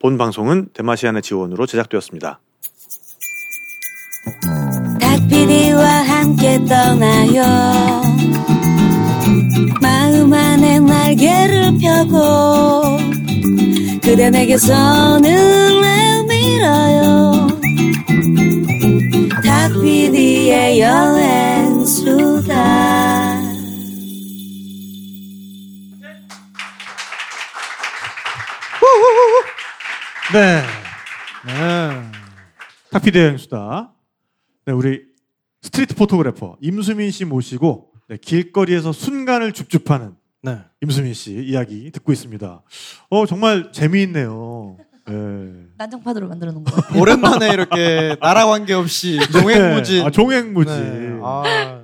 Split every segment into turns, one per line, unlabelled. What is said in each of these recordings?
본 방송은 대마시안의 지원으로 제작되었습니다.
닭피디와 함께 떠나요 마음 안에 날개를 펴고 그대 내게서 눈을 밀어요 닭피디의 여행수다
네. 네. 탁피디 여행수다. 네, 우리 스트리트 포토그래퍼 임수민 씨 모시고 네, 길거리에서 순간을 줍줍하는
네.
임수민 씨 이야기 듣고 있습니다. 어, 정말 재미있네요. 네.
난장판으로 만들어 놓은 거.
네. 오랜만에 이렇게 나라 관계 없이
네.
종횡무진.
아, 종횡무진.
네. 아, 네.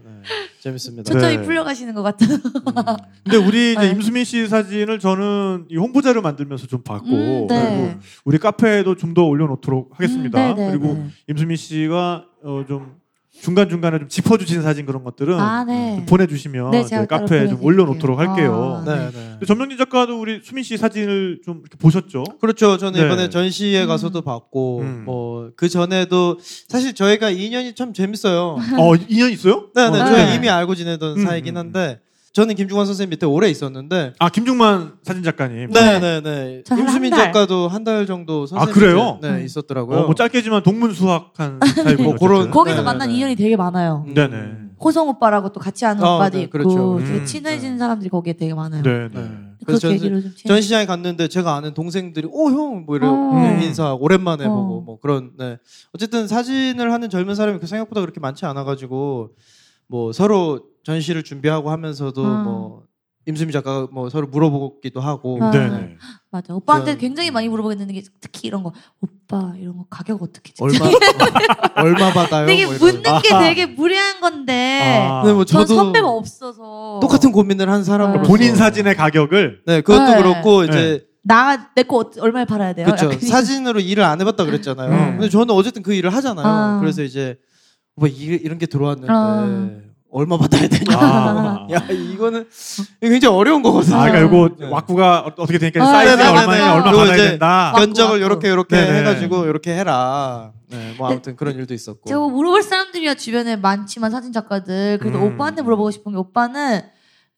재밌습니다. 네.
저-
초점이
네.
풀려가시는 것 같은.
근데 우리 이제
네.
임수민 씨 사진을 저는 이 홍보자료 만들면서 좀 봤고
음, 네.
그리고 우리 카페에도 좀 더 올려놓도록 하겠습니다.
음, 네, 네,
그리고
네.
임수민 씨가 어, 좀 중간 중간에 좀 짚어주신 사진 그런 것들은
아, 네.
좀 보내주시면
네,
저희
제가 따로
카페에 좀
보내드릴게요.
올려놓도록 할게요.
아,
네, 네.
근데 전명진 작가도 우리 수민 씨 사진을 좀 이렇게 보셨죠?
그렇죠. 저는
네.
이번에 전시회 가서도 봤고,
음.
뭐 그 전에도 사실 저희가 인연이 참 재밌어요.
음.
어, 인연 있어요?
네, 네.
어,
저희
네.
이미 알고 지내던
음,
사이긴
음,
한데, 저는 김중환 선생님 밑에 오래 있었는데,
아 김중만 사진 작가님.
네, 네, 네.
저한
임수민
한 달. 음.
작가도 한 달 정도 선생님.
아, 그래요?
밑에, 네, 있었더라고요.
어, 뭐 짧게지만 동문수학한
네.
사이고
뭐 그런-
어쨌든.
거기서
네,
만난
네.
인연이 되게 많아요.
음.
네네.
호성 오빠라고 또 같이 하는
아,
오빠도
네,
있고
그렇죠.
되게
음,
친해진 사람들이 거기에 되게 많아요.
네네.
네.
그
그래서
계기로 좀 친해.
전시장에 갔는데 제가 아는 동생들이 오 형 뭐 이래
어.
음.
인사 오랜만에
어.
보고 뭐 그런 네 어쨌든 사진을 하는 젊은 사람이 그 생각보다 그렇게 많지 않아가지고 뭐 서로 전시를 준비하고 하면서도
아.
뭐 임수미 작가가 뭐 서로 물어보기도 하고
아.
네.
네네.
맞아. 오빠한테
그런-
굉장히 많이 물어보게 되는 게 특히 이런 거 오빠 이런 거 가격 어떻게 찍지?
얼마 얼마 받아요?
되게
뭐 이런.
묻는 게
아.
되게 무례한 건데
아.
네, 뭐
전
저도
선배가 없어서
똑같은 고민을 한 사람
그러니까
본인 사진의 가격을
네 그것도
네.
그렇고 이제
나내거 얼마에 팔아야 돼요?
그렇죠.
약간
사진으로 일을 안 해봤다 그랬잖아요.
음.
근데 저는 어쨌든 그 일을 하잖아요.
아.
그래서 이제 뭐 이, 이런 게 들어왔는데
아.
얼마 받아야 되냐.
아.
야 이거는 이거 굉장히 어려운 거거든요.
아, 그러니까
네.
이거 왁구가 어- 어떻게 되니까
음. 아,
사이즈가
네네네.
얼마냐, 얼마
그거
받아야
이제
된다.
왁구,
견적을
왁구.
이렇게 이렇게
네네.
해가지고 이렇게 해라. 네, 뭐 아무튼 그런 일도 있었고.
제가 뭐 물어볼 사람들이야 주변에 많지만 사진 작가들 그래도
음.
오빠한테 물어보고 싶은 게 오빠는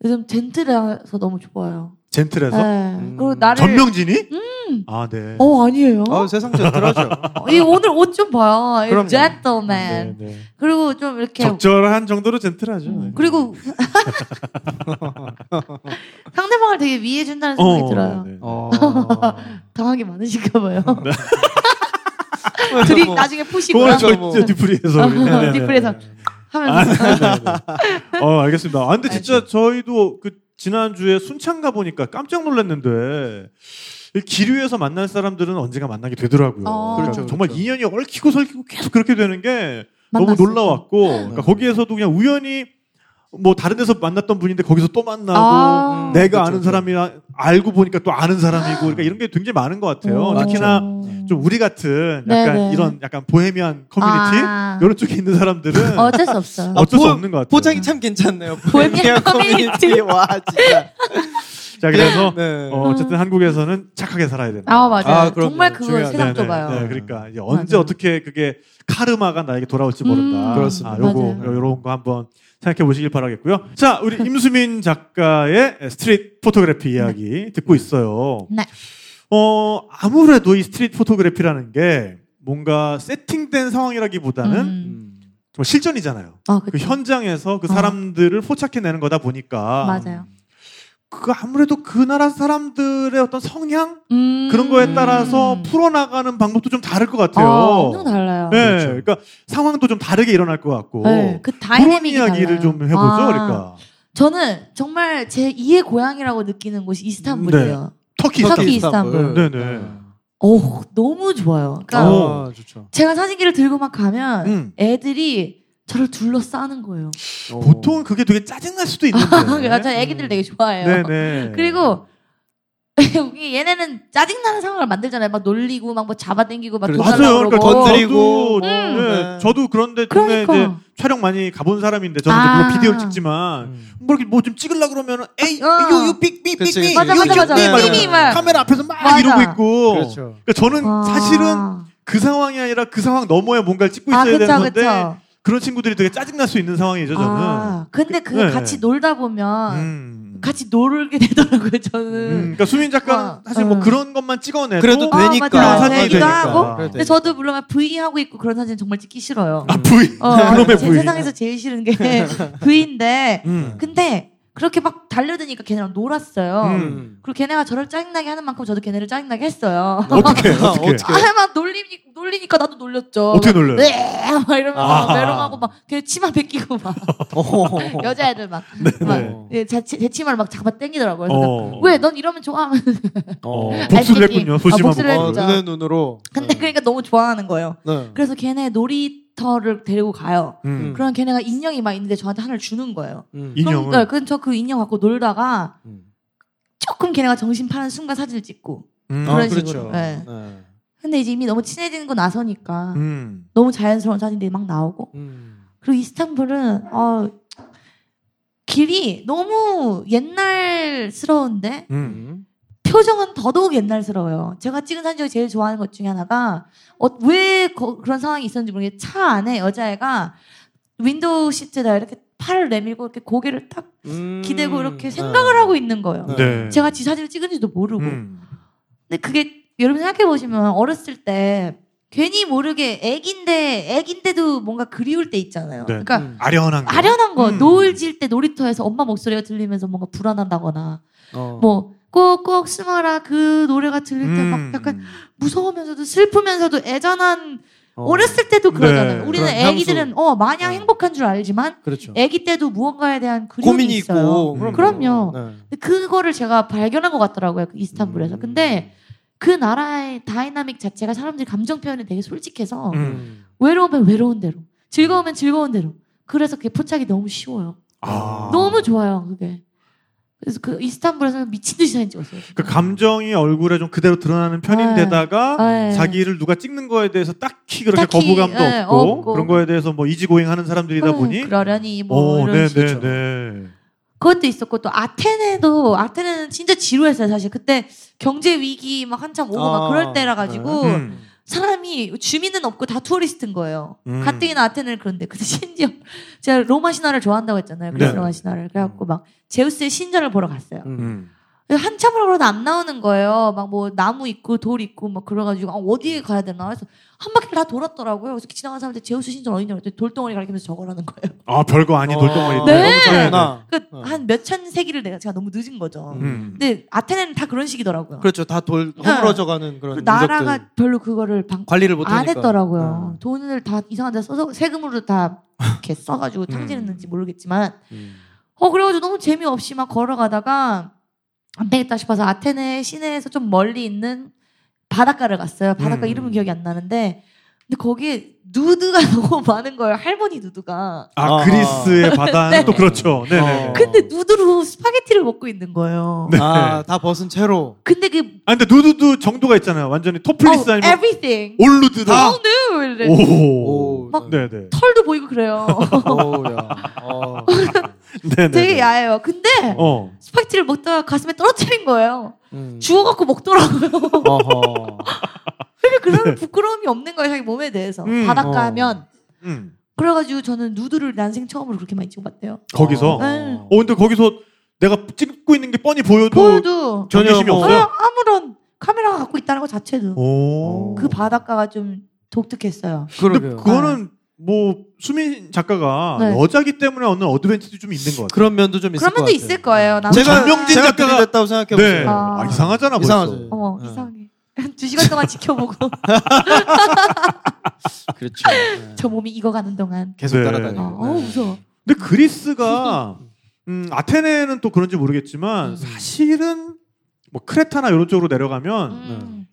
요즘 젠틀해서 너무 좋아요.
젠틀해서
네.
음.
그리고 나를
전명진이? 아 네.
어 아니에요.
어, 세상 들어죠.
이 오늘 옷 좀 봐요.
그럼요.
젠틀맨.
아. 네, 네.
그리고 좀 이렇게
적절한 정도로 젠틀하죠.
음, 그리고 상대방을 되게 위해 준다는 생각이 들어요.
네, 네.
어.
당황이 많으신가 봐요.
뭐
둘이
뭐,
나중에 푸시고요.
네. 그거는 저희
그거죠, 뭐.
이제 뒤풀이에서. 우리. 네, 네, 네.
뒷풀이에서
아,
하면서
네, 네, 네. 어 알겠습니다. 아 근데 진짜 저희도 그 지난 주에 순창가 보니까 깜짝 놀랐는데 이 기류에서 만날 사람들은 언제가 만나게 되더라고요.
어.
그러니까
그렇죠,
정말
그렇죠.
인연이 얽히고 설키고 계속 그렇게 되는 게 너무
만났어요.
놀라웠고 그러니까 거기에서도 그냥 우연히 뭐 다른 데서 만났던 분인데 거기서 또 만나고
아.
내가
그렇죠,
아는
그렇죠.
사람이 알고 보니까 또 아는 사람이고 그러니까 이런 게 굉장히 많은 것 같아요.
오.
어, 특히나 좀 우리 같은 약간
음, 그렇죠. 네네.
이런 약간 보헤미안 커뮤니티
아.
이런 쪽에 있는 사람들은
어쩔 수 없어요.
어쩔 수
포-
없는 것 같아요.
포장이 참 괜찮네요.
보헤미안
커뮤니티 와 진짜.
자 그래서
네.
어, 쨌든 한국에서는 착하게 살아야 된다.
음. 아 맞아요.
아, 그럼요.
정말 그거
중요하죠.
세상
네네.
좁아요. 음.
네, 그러니까 이제 언제
맞아요.
어떻게 그게 카르마가 나에게 돌아올지
음,
모른다.
그렇습니다.
아, 요거
맞아요.
요런 거 한번 생각해 보시길 바라겠고요. 자 우리 임수민 작가의 스트릿 포토그래피 이야기 듣고 있어요.
네.
어 아무래도 이 스트릿 포토그래피라는 게 뭔가 세팅된 상황이라기보다는
음.
음.
정말 실전이잖아요.
아,
그
그쵸.
현장에서 그
어.
사람들을 포착해내는 거다 보니까
맞아요.
그 아무래도 그 나라 사람들의 어떤 성향
음.
그런 거에 따라서 풀어나가는 방법도 좀 다를 것 같아요.
아, 엄청 달라요.
네,
그렇죠.
그러니까 상황도 좀 다르게 일어날 것 같고
네, 그
그런
다이내믹이
이야기를
달라요.
좀 해보죠.
아,
그러니까
저는 정말 제 2의 고향이라고 느끼는 곳이 이스탄불이에요.
터키,
터키.
터키.
이스탄불.
네네.
오, 너무 좋아요. 그러니까
어.
아, 좋죠.
제가 사진기를 들고 막 가면
음.
애들이 저를 둘러싸는 거예요.
보통 그게 되게 짜증날 수도 있는데.
그러니까 저 애기들 되게 좋아해요.
네. 네네.
그리고 여기 얘네는 짜증나는 상황을 만들잖아요. 막 놀리고 막 뭐 잡아당기고 막
그렇죠.
도망가고
맞아요. 그러니까
건드리고.
저도,
음.
네, 저도 그런데 동네
그러니까.
이제 촬영 많이 가본 사람인데 저는 이제
아.
물론 비디오를 찍지만
음.
뭐 이렇게 뭐 좀 찍으려 그러면은 에이
어.
그치,
요요빅빅빅빅
그치.
맞아, 맞아, 맞아.
삐삐
막.
카메라 앞에서 막
맞아.
이러고 있고
그렇죠.
그러니까 저는
와.
사실은 그 상황이 아니라 그 상황 너머에 뭔가를 찍고 있어야
아, 그쵸,
되는 건데
그쵸.
그런 친구들이 되게 짜증날 수 있는 상황이죠 저는
아, 그 근데 그
네.
같이 놀다 보면
음.
같이 놀게 되더라고요, 저는.
음, 그러니까 수민 작가는
아,
사실 뭐
음.
그런 것만 찍어내도
그래도
아,
되니까.
맞아요.
사진이
되기도
되니까.
하고.
그래도
근데
네.
되니까.
저도 물론 막 V 하고 있고 그런 사진 정말 찍기 싫어요.
아 부인
어,
그놈의
제
부인.
세상에서 제일 싫은 게 V인데
음.
근데 그렇게 막 달려드니까 걔네랑 놀았어요.
음.
그리고 걔네가 저를 짜증나게 하는 만큼 저도 걔네를 짜증나게 했어요.
어떻게
어떡해.
어떻게
아, 막 놀리니, 놀리니까 나도 놀렸죠.
어떻게 놀려요?
네, 막 이러면서
아. 어.
메롱하고 막 걔네 치마 베끼고 막
어.
여자애들 막, 막 예, 자, 제, 제 치마를 막 잡아 당기더라고요.
네,
그래서
어.
왜 넌 이러면 좋아하면
어,
어,
복수를
알겠기.
했군요
아,
소심한
복수를
복수.
했죠.
눈의 눈으로.
근데
어.
네.
그러니까 너무 좋아하는 거예요.
네.
그래서 걔네 놀이터를 데리고 가요.
음.
그럼 걔네가 인형이 막 있는데 저한테 하나를 주는 거예요.
음.
인형을
그럼, 네, 그럼 저그 인형 갖고 놀다가
음.
조금 걔네가 정신 파는 순간 사진을 찍고.
음.
그런
아, 그렇죠.
식으로. 네.
네.
근데 이제 이미 너무 친해지는 거 나서니까
음.
너무 자연스러운 사진들이 막 나오고.
음.
그리고 이스탄불은 어, 길이 너무 옛날스러운데
음.
음.
표정은 더더욱 옛날스러워요. 제가 찍은 사진 중에 제일 좋아하는 것 중에 하나가 어, 왜 거- 그런 상황이 있었는지 모르겠는데 차 안에 여자애가 윈도우 시트에다 이렇게 팔을 내밀고 이렇게 고개를 딱
음.
기대고 이렇게 생각을 하고 있는 거예요.
네.
제가 지 사진을 찍은지도 모르고.
음.
근데 그게 여러분 생각해 보시면 어렸을 때 괜히 모르게 애긴데 애긴데도 뭔가 그리울 때 있잖아요.
네.
그러니까
음.
아련한 거.
아련한 거
음.
노을 질 때 놀이터에서 엄마 목소리가 들리면서 뭔가 불안한다거나
어.
뭐 꼭꼭 숨어라 그 노래가 들릴 때 막
음.
약간 무서우면서도 슬프면서도 애잔한
어.
어렸을 때도 그러잖아요.
네.
우리는
그런 향수.
애기들은 어 마냥
네.
행복한 줄 알지만
그렇죠.
애기 때도 무언가에 대한 그리움이
고민이
있어요.
있고.
음.
그럼요.
네.
근데 그거를 제가 발견한 것 같더라고요. 그 이스탄불에서.
음.
근데 그 나라의 다이나믹 자체가 사람들이 감정 표현이 되게 솔직해서
음.
외로우면 외로운 대로, 즐거우면 즐거운 대로. 그래서 그게 포착이 너무 쉬워요.
아.
어. 너무 좋아요, 그게. 그래서 그 이스탄불에서 미친 듯이 사진 찍었어요.
그 감정이 얼굴에 좀 그대로 드러나는 편인데다가
아, 예.
자기를 누가 찍는 거에 대해서 딱히 그렇게
딱히,
거부감도
예,
없고,
없고.
그런 거에 대해서 뭐 이지고잉하는 사람들이다
어,
보니
그러려니 뭐 이런
네,
식이죠.
네, 네.
그것도 있었고 또 아테네도 아테네는 진짜 지루했어요 사실 그때 경제 위기 막 한참 오고
아,
막 그럴 때라 가지고
네.
음.
사람이 주민은 없고 다 투어리스트인 거예요.
음.
가뜩이나 아테네는 그런데 근데 심지어 제가 로마 신화를 좋아한다고 했잖아요. 그리스
네.
로마 신화를 그래갖고 막 제우스의 신전을 보러 갔어요.
음.
음.
한참을 걸어도 안 나오는 거예요. 막 뭐 나무 있고 돌 있고 막 그래가지고 아, 어디에 가야 되나 그래서 한 바퀴 다 돌았더라고요. 그래서 지나가는 사람한테 제우스 신전 어디냐고 했더니 돌덩어리 가리면서 저거라는 거예요.
아 별거 아닌 돌덩어리.
네.
너무 작구나.
그러니까
어.
한 몇 천 세기를 내가 제가 너무 늦은 거죠.
음.
근데 아테네는 다 그런 식이더라고요.
그렇죠. 다 돌 허물어져가는
그
그런
나라가
민족들.
별로 그거를 방,
관리를 못하니까
안 했더라고요.
네.
돈을 다 이상한 데 써서 세금으로 다 이렇게 써가지고
음.
탕진했는지 모르겠지만
음.
어 그래가지고 너무 재미없이 막 걸어가다가 안 되겠다 싶어서 아테네 시내에서 좀 멀리 있는 바닷가를 갔어요. 바닷가
음.
이름은 기억이 안 나는데 근데 거기에 누드가 너무 많은 거예요. 할머니 누드가.
아
아하.
그리스의 바다는 또 그렇죠. 네, 네.
어.
네.
근데 누드로 스파게티를 먹고 있는 거예요.
네.
아, 다 벗은 채로.
근데 그
아 근데 누드도 정도가 있잖아요. 완전히 토플리스
oh,
아니면
everything.
올루드다.
Oh, no. 이래.
오.
막-
네, 네.
털도 보이고 그래요.
오야. 어.
네, 네.
되게 야해요. 근데
어.
스파게티를 먹다가 가슴에 떨어뜨린 거예요.
음.
주워갖고 먹더라고요.
어허.
그러니까 그런 부끄러움이 없는 거예요, 자기 몸에 대해서.
음,
바닷가
음. 어.
하면.
음.
그래가지고 저는 누드를 난생 처음으로 그렇게 많이 찍어봤대요.
거기서.
어.
어 근데 거기서 내가 찍고 있는 게 뻔히 보여도
보여도
전혀 의심이
뭐-
아,
없어요.
아무런 카메라가 갖고 있다는 것 자체도
오.
어.
그 바닷가가 좀 독특했어요.
어. 근데
그러게요.
그거는 뭐 수민 작가가
네.
여자기 때문에 얻는 어드밴티지 좀 있는 것 같아요.
그런 면도 좀 있을
그런
것 같아요. 네.
면도
음.
있을 거예요. 남자-
제가
전명진
제가
작가가-
그랬다고 생각해 보세요.
네. 아,
아.
이상하잖아 벌써.
이상하죠.
어,
네.
이상해. 두 시간 동안 지켜보고
그렇죠.
저 몸이 익어가는 동안.
계속
네.
어,
따라다니고.
어 무서워.
근데 그리스가 음, 아테네는 또 그런지 모르겠지만
음.
사실은 뭐 크레타나 이런 쪽으로 내려가면
음.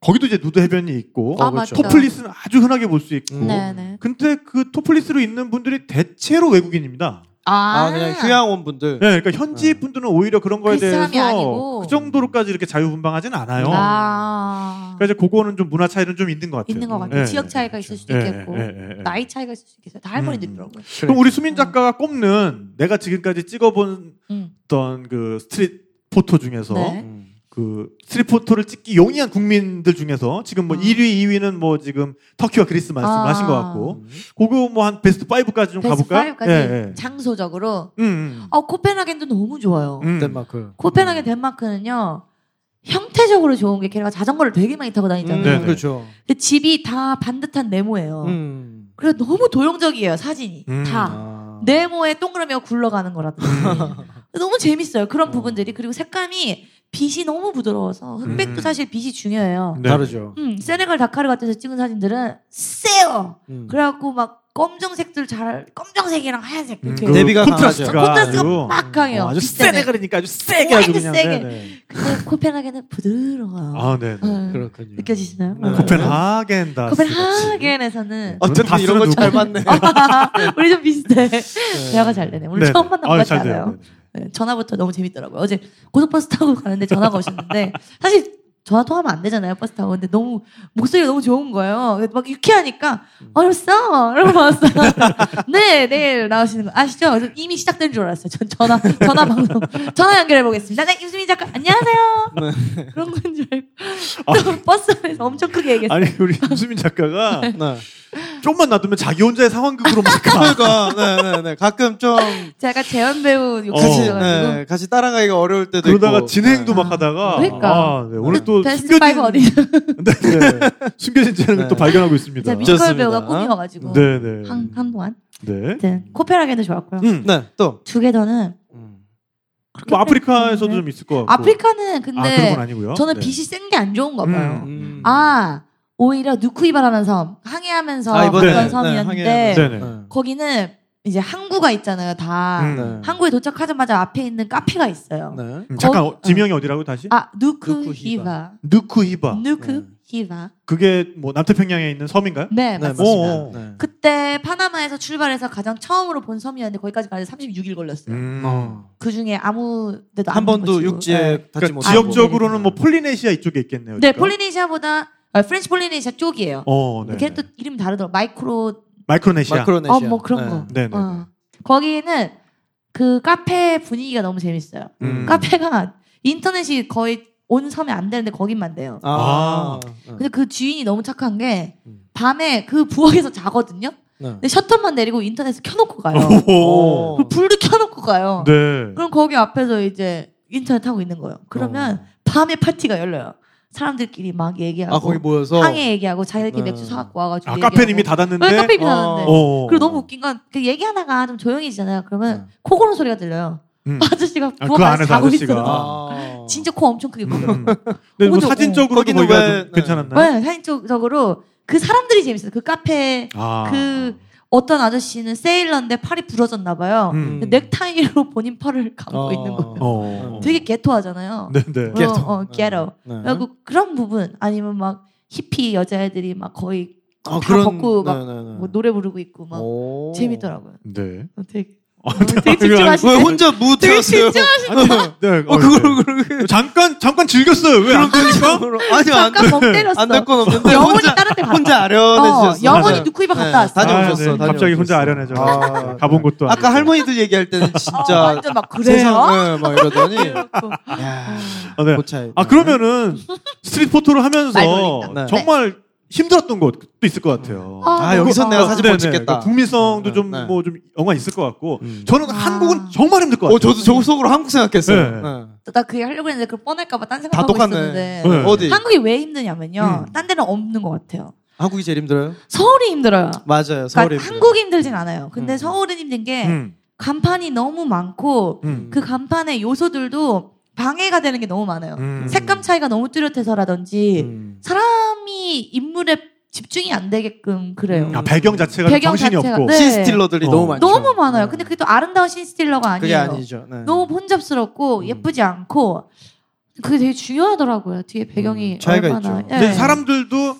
거기도 이제 누드 해변이 있고
아,
어,
맞죠.
토플리스는 아주 흔하게 볼 수 있고.
음.
네네.
근데 그 토플리스로 있는 분들이 대체로 외국인입니다.
아,
아, 그냥 휴양원 분들.
네, 그러니까 현지 분들은 오히려 그런 거에
그 사람이
대해서
아니고.
그 정도로까지 이렇게 자유분방하진 않아요.
어.
아.
그러니까 이제 그거는 좀 문화 차이는 좀 있는 것 같아요.
있는 것 같아요.
예,
지역
예.
차이가 있을 수도
예,
있겠고
예, 예, 예.
나이 차이가 있을 수도 있겠어요. 다 할머니들
음.
있더라고요.
그래.
그럼 우리 수민 작가가 꼽는 내가 지금까지 찍어본
음.
어떤 그 스트릿 포토 중에서
네.
음.
그 스트릿 포토를 찍기 용이한 국민들 중에서 지금 뭐
아.
1위, 2위는 뭐 지금 터키와 그리스 말씀하신
아.
것 같고 그거 뭐 한 베스트 5까지 좀
베스트
가볼까요?
5까지
예, 예.
장소적으로
음, 음.
어 코펜하겐도 너무 좋아요.
음.
덴마크.
코펜하겐 덴마크는요 형태적으로 좋은 게 걔네가 자전거를 되게 많이 타고
음,
다니잖아요. 아.
네네.
그렇죠.
근데 집이 다 반듯한 네모예요.
음.
그래서 너무 도용적이에요 사진이
음.
다
아.
네모에 동그라미가 굴러가는 거라든지 너무 재밌어요 그런 부분들이 그리고 색감이 빛이 너무 부드러워서
음.
흑백도 사실 빛이 중요해요.
네.
다르죠.
음, 세네갈 다카르 같은 데서 찍은 사진들은 세요.
음.
그래갖고 막 검정색들 잘 검정색이랑 하얀색
음,
이렇게
그
대비가
콘트라스트가
콘트라스트가
아주,
막 강해요.
어, 아주
비싸네.
세게 그러니까 아주 세게 아주
완전
그냥
세게.
네네.
근데 코펜하겐은 부드러워요.
아, 네. 네.
음,
그렇군요.
느껴지시나요?
네.
코펜하겐다. 네.
코펜하겐에서는
어쨌든
다 쓰는
이런 걸 잘
누구?
봤네.
우리 좀 비슷해.
네.
어, 대화가 잘 되네. 오늘
네.
처음 만난 것
아유,
같지
잘 돼요.
않아요? 네, 전화부터 너무 재밌더라고요. 어제 고속버스 타고 가는데 전화가 오셨는데 사실 전화 통하면 안 되잖아요 버스 타고 근데 너무 목소리가 너무 좋은 거예요. 그래서 막 유쾌하니까
음.
어렸어 이러고 왔어요. 네 내일 나오시는 거 아시죠? 그래서 이미 시작된 줄 알았어요. 전 전화 전화 방송 전화 연결해 보겠습니다. 네 임수민 작가 안녕하세요.
네.
그런 건 줄
아.
알고 또 버스 안에서 엄청 크게 얘기했어요.
아니 우리 유수민 작가가
네.
좀만 놔두면 자기 혼자의 상황극으로 막 가.
그러니까 네네네 가끔 좀
제가 재현 배우
같이
욕심이
어.
나가지고
아. 네, 같이 따라가기가 어려울 때도
그러다가
있고.
진행도
네.
막 하다가
그러니까.
아, 네. 오늘 또
베스트 파이브 어디 있
네, 네. 숨겨진 재능을
네.
또 발견하고 있습니다.
제가 뮤지컬
좋습니다.
배우가 꿈이어가지고
네, 네.
한 한동안
네.
아무튼 코페라겐도 좋았고요.
음.
네, 또
두 개 더는
음.
뭐 아프리카에서도 좀 있을 것 같고.
아프리카는
아, 그런 건
근데
아니고요.
저는
네.
빛이 센 게 안 좋은 거 봐요.
음.
아 오히려 누쿠이바라는 섬 항해하면서
아, 이번에,
갔던
네,
섬이었는데
항해하면서.
네, 네.
거기는 이제 항구가 있잖아요. 다
음.
네.
항구에 도착하자마자 앞에 있는 카페가 있어요.
네.
음, 잠깐 어, 지명이 어디라고 다시?
아 음.
누쿠히바.
누쿠히바
누쿠이바.
누쿠히바
그게 뭐 남태평양에 있는 섬인가요?
네
네,
맞습니다.
오.
맞습니다. 네.
그때 파나마에서 출발해서 가장 처음으로 본 섬이었는데 거기까지 가는데 36일 걸렸어요.
음.
어.
그 중에 아무 데도
한
안
번도
거치고. 네.
육지에 닿지
그러니까
못하고
지역적으로는 뭐 폴리네시아 이쪽에 있겠네요.
음. 네,
그러니까.
폴리네시아보다 아, 프렌치 폴리네시아 쪽이에요.
어, 네.
걔는 또 이름 다르더라고. 마이크로
마이크로네시아.
마크로네시아
어 뭐 그런 거.
네, 네.
어. 거기는 그 카페 분위기가 너무 재밌어요.
음.
카페가 인터넷이 거의 온 섬에 안 되는데 거기만 돼요.
아,
근데 그 주인이 너무 착한 게
음.
밤에 그 부엌에서 자거든요.
네.
근데 셔터만 내리고 인터넷을 켜놓고 가요.
오.
그리고 불도 켜놓고 가요.
네.
그럼 거기 앞에서 이제 인터넷 하고 있는 거예요.
어.
그러면 밤에 파티가 열려요. 사람들끼리 막 얘기하고
아 거기 모여서
뭐 항해 얘기하고 자기들끼리
네.
맥주 사갖고 와가지고
아, 카페는 이미
네,
닫았는데.
카페 이미
어.
닫았는데
어.
그리고 너무 웃긴 건 그 얘기하다가 좀 조용해지잖아요. 그러면
네.
코 고는 소리가 들려요.
음.
아저씨가
아,
부엌
그
안에서
안에서
자고
아저씨가.
있어요.
아.
진짜 코 엄청 크게 고요.
음. 근데 뭐
오늘,
사진적으로도
거기는
거기가
왜-
좀
네.
괜찮았나요?
네, 사진적으로 그 사람들이 재밌어요. 그 카페
아.
그 어떤 아저씨는 세일러인데 팔이 부러졌나 봐요.
음.
근데 넥타이로 본인 팔을 감고
어.
있는 거예요.
어.
되게 게토하잖아요.
네, 네.
어, 어, 게토.
네.
그리고 그런 부분 아니면 막 히피 여자애들이 막 거의
아,
다 벗고 막
네, 네, 네.
뭐 노래 부르고 있고 막
오.
재밌더라고요.
네.
어, 되게
아,
어, 되게
왜
집중하시네.
혼자
되게
무트였어요?
집중하시네.
네.
어, 그걸 그렇게
잠깐 잠깐 즐겼어요. 왜 안 그러니까?
아니
아, 잠깐 멍 때렸어.
안안될 건 없는데
영혼이
혼자
다른 데 갔다.
혼자 네.
어,
아련해지셨어.
영원히 누쿠이바 갔다 왔어.
다녀-
다녀오셨어.
아, 네. 갑자기 혼자 아련해져.
아,
가본 곳도 아니고.
아까 할머니들 얘기할 때는
어,
진짜
그러니까. 완전 막 그래요.
세상을 네. 막 이러더니
그래갖고.
야,
아, 네.
고차이.
아 그러면은 스트릿 포토를
아,
하면서
네.
정말 힘들었던 것도 있을 것 같아요.
아,
아, 여기서 내가 사진
네네.
못 찍겠다.
그러니까 국민성도 좀
네.
뭐 좀 연관 있을 것 같고
음.
저는
아.
한국은 정말 힘들 것 같아요.
어, 저도 저 속으로 한국 생각했어요.
네.
네.
나 그게 하려고 했는데 그걸 뻔할까봐 딴
다
생각하고
똑같네.
있었는데
네.
어디?
한국이 왜 힘드냐면요.
음.
딴 데는 없는 것 같아요.
한국이 제일 힘들어요?
서울이 힘들어요.
맞아요. 서울이
그러니까
힘들어요.
한국이 힘들진 않아요. 근데
음.
서울은 힘든 게
음,
간판이 너무 많고
음,
그 간판의 요소들도 방해가 되는 게 너무 많아요.
음.
색감 차이가 너무 뚜렷해서라든지
음.
사람이 인물에 집중이 안 되게끔
음.
그래요.
아, 배경 자체가
배경
정신이
자체가-
없고.
네.
신스틸러들이
어.
너무 많죠.
너무 많아요.
네.
근데 그게 또 아름다운 신스틸러가 아니에요.
그게 아니죠. 네.
너무 혼잡스럽고
음.
예쁘지 않고 그게 되게 중요하더라고요. 뒤에 배경이
음, 차이가
얼마나
있죠.
예.
근데 사람들도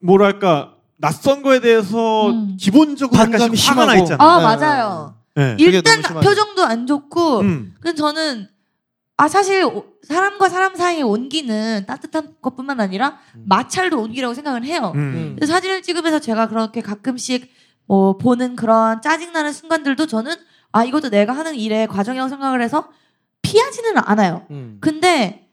뭐랄까 낯선 거에 대해서
음.
기본적으로
반감이
약간씩 화가 나
심하고.
있잖아요.
아
네.
음. 맞아요.
네.
그게
일단
너무 심하죠.
표정도 안 좋고
음.
근데 저는 아 사실 오- 사람과 사람 사이의 온기는 따뜻한 것뿐만 아니라
음.
마찰도 온기라고 생각을 해요.
음.
근데 사진을 찍으면서 제가 그렇게 가끔씩 뭐 보는 그런 짜증나는 순간들도 저는 아 이것도 내가 하는 일의 과정이라고 생각을 해서 피하지는 않아요.
음.
근데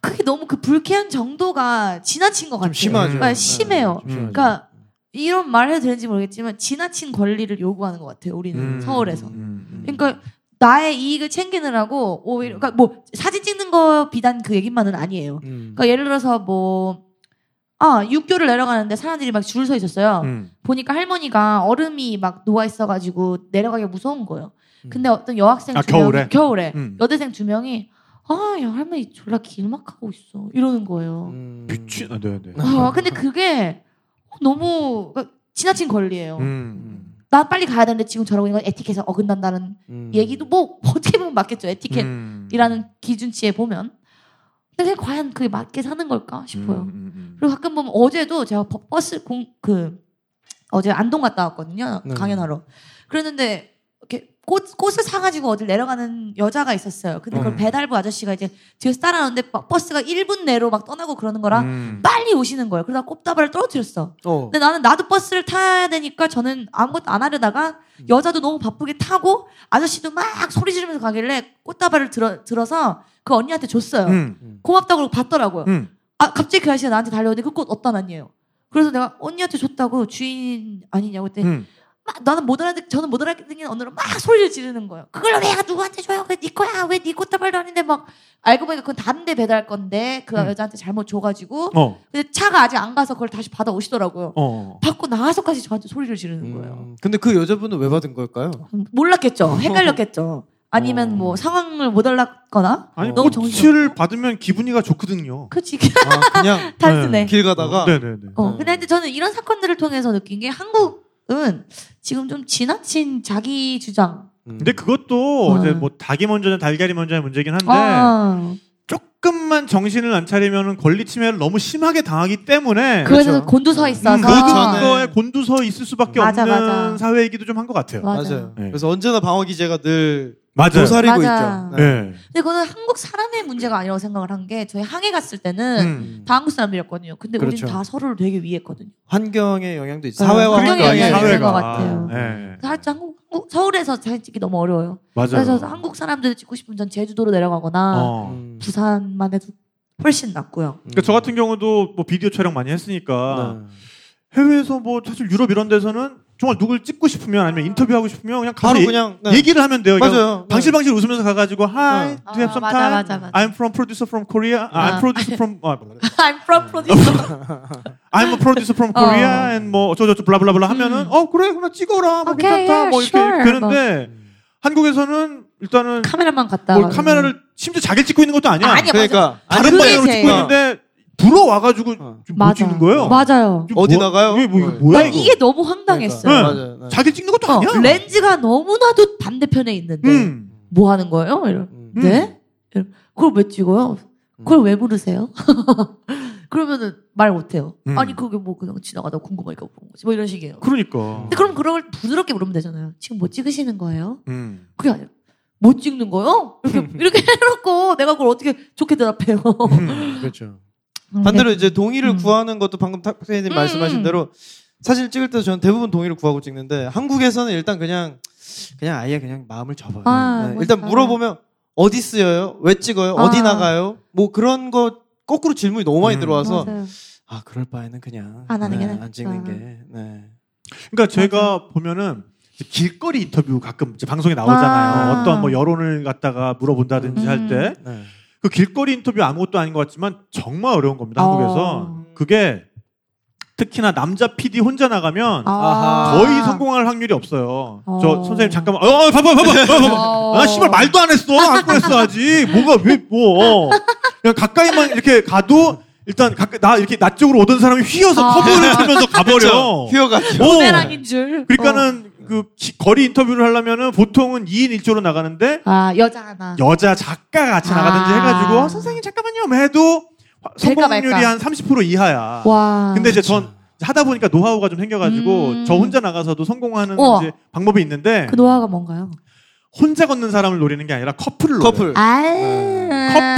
그게 너무 그 불쾌한 정도가 지나친 것 같아요.
좀 음. 심하죠. 네,
그러니까 심해요.
좀 심하죠.
그러니까 이런 말 해도 되는지 모르겠지만 지나친 권리를 요구하는 것 같아요. 우리는
음.
서울에서.
음.
그러니까 나의 이익을 챙기느라고 오히려 그러니까 뭐 사진 찍는 거 비단 그 얘기만은 아니에요.
음.
그러니까 예를 들어서 뭐 아, 육교를 내려가는데 사람들이 막 줄 서 있었어요.
음.
보니까 할머니가 얼음이 막 녹아 있어가지고 내려가기가 무서운 거예요.
음.
근데 어떤 여학생
아,
두 명이-
겨울에?
겨울에
음.
여대생 두 명이 아, 야 할머니 졸라 길막하고 있어 이러는 거예요.
음.
미친. 아, 네, 네.
아, 근데 그게 너무 그러니까 지나친 권리예요.
음.
음.
나 빨리 가야 되는데 지금 저러고 있는 건 에티켓에 어긋난다는
음.
얘기도 뭐 어떻게 보면 맞겠죠. 에티켓이라는
음.
기준치에 보면. 근데 그게 과연 그게 맞게 사는 걸까 싶어요.
음, 음, 음.
그리고 가끔 보면 어제도 제가 버- 버스 공, 그, 어제 안동 갔다 왔거든요.
네.
강연하러. 그랬는데, 이렇게 꽃, 꽃을 사가지고 어딜 내려가는 여자가 있었어요. 근데 그걸
음.
배달부 아저씨가 이제 뒤에서 따라오는데 막 버스가 1분 내로 막 떠나고 그러는 거라
음.
빨리 오시는 거예요. 그러다 꼽다발을 떨어뜨렸어.
어.
근데 나는 나도 버스를 타야 되니까 저는 아무것도 안 하려다가
음.
여자도 너무 바쁘게 타고 아저씨도 막 소리 지르면서 가길래 꽃다발을 들어, 들어서 그 언니한테 줬어요.
음.
고맙다고 받더라고요.
음.
아 갑자기 그 아저씨가 나한테 달려오는데 그 꽃 어디다 놨냐요. 그래서 내가 언니한테 줬다고 주인 아니냐고 그때
음.
막 나는 못 알아듣 저는 못 알아듣는 언어로 막 소리를 지르는 거예요. 그걸 왜 누구한테 줘요? 그네 거야. 왜 네 꽃다발도 아닌데 막 알고 보니까 그건 다른데 배달 건데 그
음.
여자한테 잘못 줘가지고
어.
근데 차가 아직 안 가서 그걸 다시 받아 오시더라고요.
어.
받고 나와서까지 저한테 소리를 지르는 거예요.
음. 근데 그 여자분은 왜 받은 걸까요?
음.
몰랐겠죠. 헷갈렸겠죠. 아니면
어.
뭐 상황을 못 알았거나
아니 너무
너무 정신
정치를 받으면 기분이가 좋거든요.
그치
아, 그냥
단순해.
길 가다가
네, 네, 네.
어, 근데 근데 저는 이런 사건들을 통해서 느낀 게 한국은 지금 좀 지나친 자기 주장.
음.
근데 그것도
음.
이제 뭐 닭이 먼저냐 달걀이 먼저냐 문제긴 한데
아,
조금만 정신을 안 차리면 권리 침해를 너무 심하게 당하기 때문에 음,
그래서
그렇죠.
곤두서 있어서. 아,
모든
그렇죠.
거에 곤두서 있을 수밖에
맞아,
없는
맞아.
사회이기도 좀 한 것 같아요.
맞아요.
맞아요.
네.
그래서 언제나 방어 기제가 늘
맞아요.
도사리고
맞아.
있죠. 네.
예.
근데 그거는 한국 사람의 문제가 아니라고 생각을 한 게 저희 항해 갔을 때는
음.
다 한국 사람들이었거든요. 근데
그렇죠.
우리는 다 서로를 되게 위했거든요.
환경의 영향도 있죠.
그러니까
사회와
환경의
환경의
영향이
영향.
있는 것 같아요.
예.
살짝 한국, 한국- 서울에서 사진 찍기 너무 어려워요.
맞아요.
그래서 한국 아. 사람들 찍고 싶으면 전 제주도로 내려가거나
어.
음.
부산만 해도 훨씬 낫고요.
그러니까 저 같은 경우도 뭐 비디오 촬영 많이 했으니까
네.
해외에서 뭐 사실 유럽 이런 데서는 정말 누굴 찍고 싶으면 아니면 인터뷰하고 싶으면 그냥 가서
바로
얘-
그냥 네.
얘기를 하면 돼요. 그냥 뭐
맞아요.
방실방실 웃으면서 가가지고 Hi,
네.
do you have some time? I'm from producer from Korea.
아.
I'm producer from 아,
I'm from producer.
I'm a producer
어.
from Korea and 뭐 어쩌저쩌 블라블라블라 하면은 어 그래 그럼 찍어라 뭐
음. Okay,
괜찮다 뭐
yeah,
이렇게
sure. 뭐.
되는데
음.
한국에서는 일단은
카메라만 갖다.
뭘 카메라를 심지어 자기 찍고 있는 것도 아니야.
아, 아니야.
그러니까
다른
그게
방향으로
제일-
찍고 있는데 불어와가지고
어.
지금 뭐 찍는 거예요?
맞아요.
이게
어디
뭐-
나가요?
이게 뭐 이거
네.
뭐야
난
이거?
이게 너무 황당했어요.
네.
맞아요. 네.
자기 찍는 것도
어,
아니야.
렌즈가 너무나도 반대편에 있는데
음.
뭐 하는 거예요? 이러.
음.
네? 이러. 그걸 왜 찍어요? 그걸 왜 부르세요? 그러면은 말 못해요.
음.
아니 그게 뭐 그냥 지나가다 궁금하니까 본 거지. 뭐 이런 식이에요.
그러니까.
근데 그럼 그런 걸 부드럽게 물으면 되잖아요. 지금 뭐 찍으시는 거예요?
음.
그게 아니라 못 찍는 거요? 이렇게, 이렇게 해놓고 내가 그걸 어떻게 좋게 대답해요?
음.
그렇죠. 반대로 이제 동의를
음.
구하는 것도 방금 탁 선생님
음, 음.
말씀하신 대로 사진을 찍을 때도 저는 대부분 동의를 구하고 찍는데 한국에서는 일단 그냥 그냥 아예 그냥 마음을 접어요.
아,
네.
맞아요.
일단 물어보면 어디 쓰여요? 왜 찍어요? 어디
아.
나가요? 뭐 그런 거 거꾸로 질문이 너무 많이
음.
들어와서
네. 맞아요. 아,
아 그럴 바에는 그냥
안 하는
네,
게 낫겠다.
안 찍는 게 네.
그러니까 제가 보면은 이제 길거리 인터뷰 가끔 이제 방송에 나오잖아요.
아.
어떤 뭐 여론을 갖다가 물어본다든지
음.
할 때 그
네.
길거리 인터뷰 아무것도 아닌 것 같지만 정말 어려운 겁니다. 한국에서
어.
그게 특히나 남자 PD 혼자 나가면
아.
거의 성공할 확률이 없어요.
어.
저 선생님 잠깐만. 어, 봐봐, 봐봐, 봐봐, 봐봐.
어.
아, 씨발 말도 안 했어. 안 꺼냈어 아직. 뭐가 왜 뭐? 어. 그냥 가까이만 이렇게 가도 일단 가까, 나 이렇게 나 쪽으로 오던 사람이 휘어서
아.
커브를 쓰면서 가버려.
휘어가죠.
어.
부메랑인 줄.
그러니까는 그 기- 거리 인터뷰를 하려면은 보통은 2인 1조로 나가는데
어. 아 여자 하나.
여자 작가가 같이 나가든지
아.
해가지고 어, 선생님 잠깐만요 해도 화-
될까
성공률이
말까.
한 30% 이하야.
와.
근데 이제 전 하다 보니까 노하우가 좀 생겨가지고
음.
저 혼자 나가서도 성공하는
우와.
이제 방법이 있는데
그 노하우가 뭔가요?
혼자 걷는 사람을 노리는 게 아니라 커플을 노려요.
커플.
아,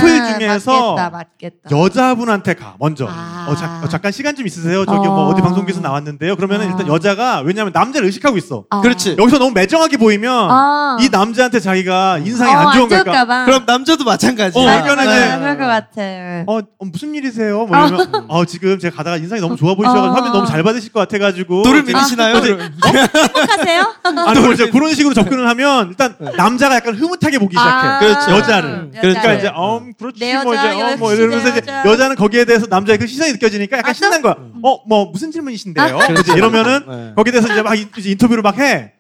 커플 중에서
맞겠다, 맞겠다.
여자분한테 가 먼저
아.
어, 자- 어, 잠깐 시간 좀 있으세요 저기
어.
뭐 어디 방송국에서 나왔는데요 그러면 은
아.
일단 여자가 왜냐하면 남자를 의식하고 있어
아.
그렇지.
여기서 너무 매정하게 보이면
아.
이 남자한테 자기가 인상이
어,
안 좋은
좋을까
걸까
봐.
그럼 남자도 마찬가지.
어,
아,
의견은 이제-
아, 그럴 것 같아.
어, 어, 무슨 일이세요 뭐 이러면 어, 지금 제가 가다가 인상이 너무 좋아 보이셔가지고
아. 어.
화면 너무 잘 받으실 것 어. 같아가지고
노를
이제-
믿으시나요?
행복하세요?
아니 뭐 이제 네. 그런 식으로 접근을 하면 일단 남자가 약간 흐뭇하게 보기 시작해
아,
그렇죠.
여자를.
그러니까
그러니까
여자를.
이제 어 그렇지
내
뭐
여자,
이제 어 뭐
역시
이러면서
내
이제
여자.
여자는 거기에 대해서 남자의 그 시선이 느껴지니까 약간
아,
신난 거야. 어 뭐 무슨 질문이신데요? 그렇지. 이러면은 어.
네.
거기에 대해서 이제 막 인- 이제 인터뷰를 막 해.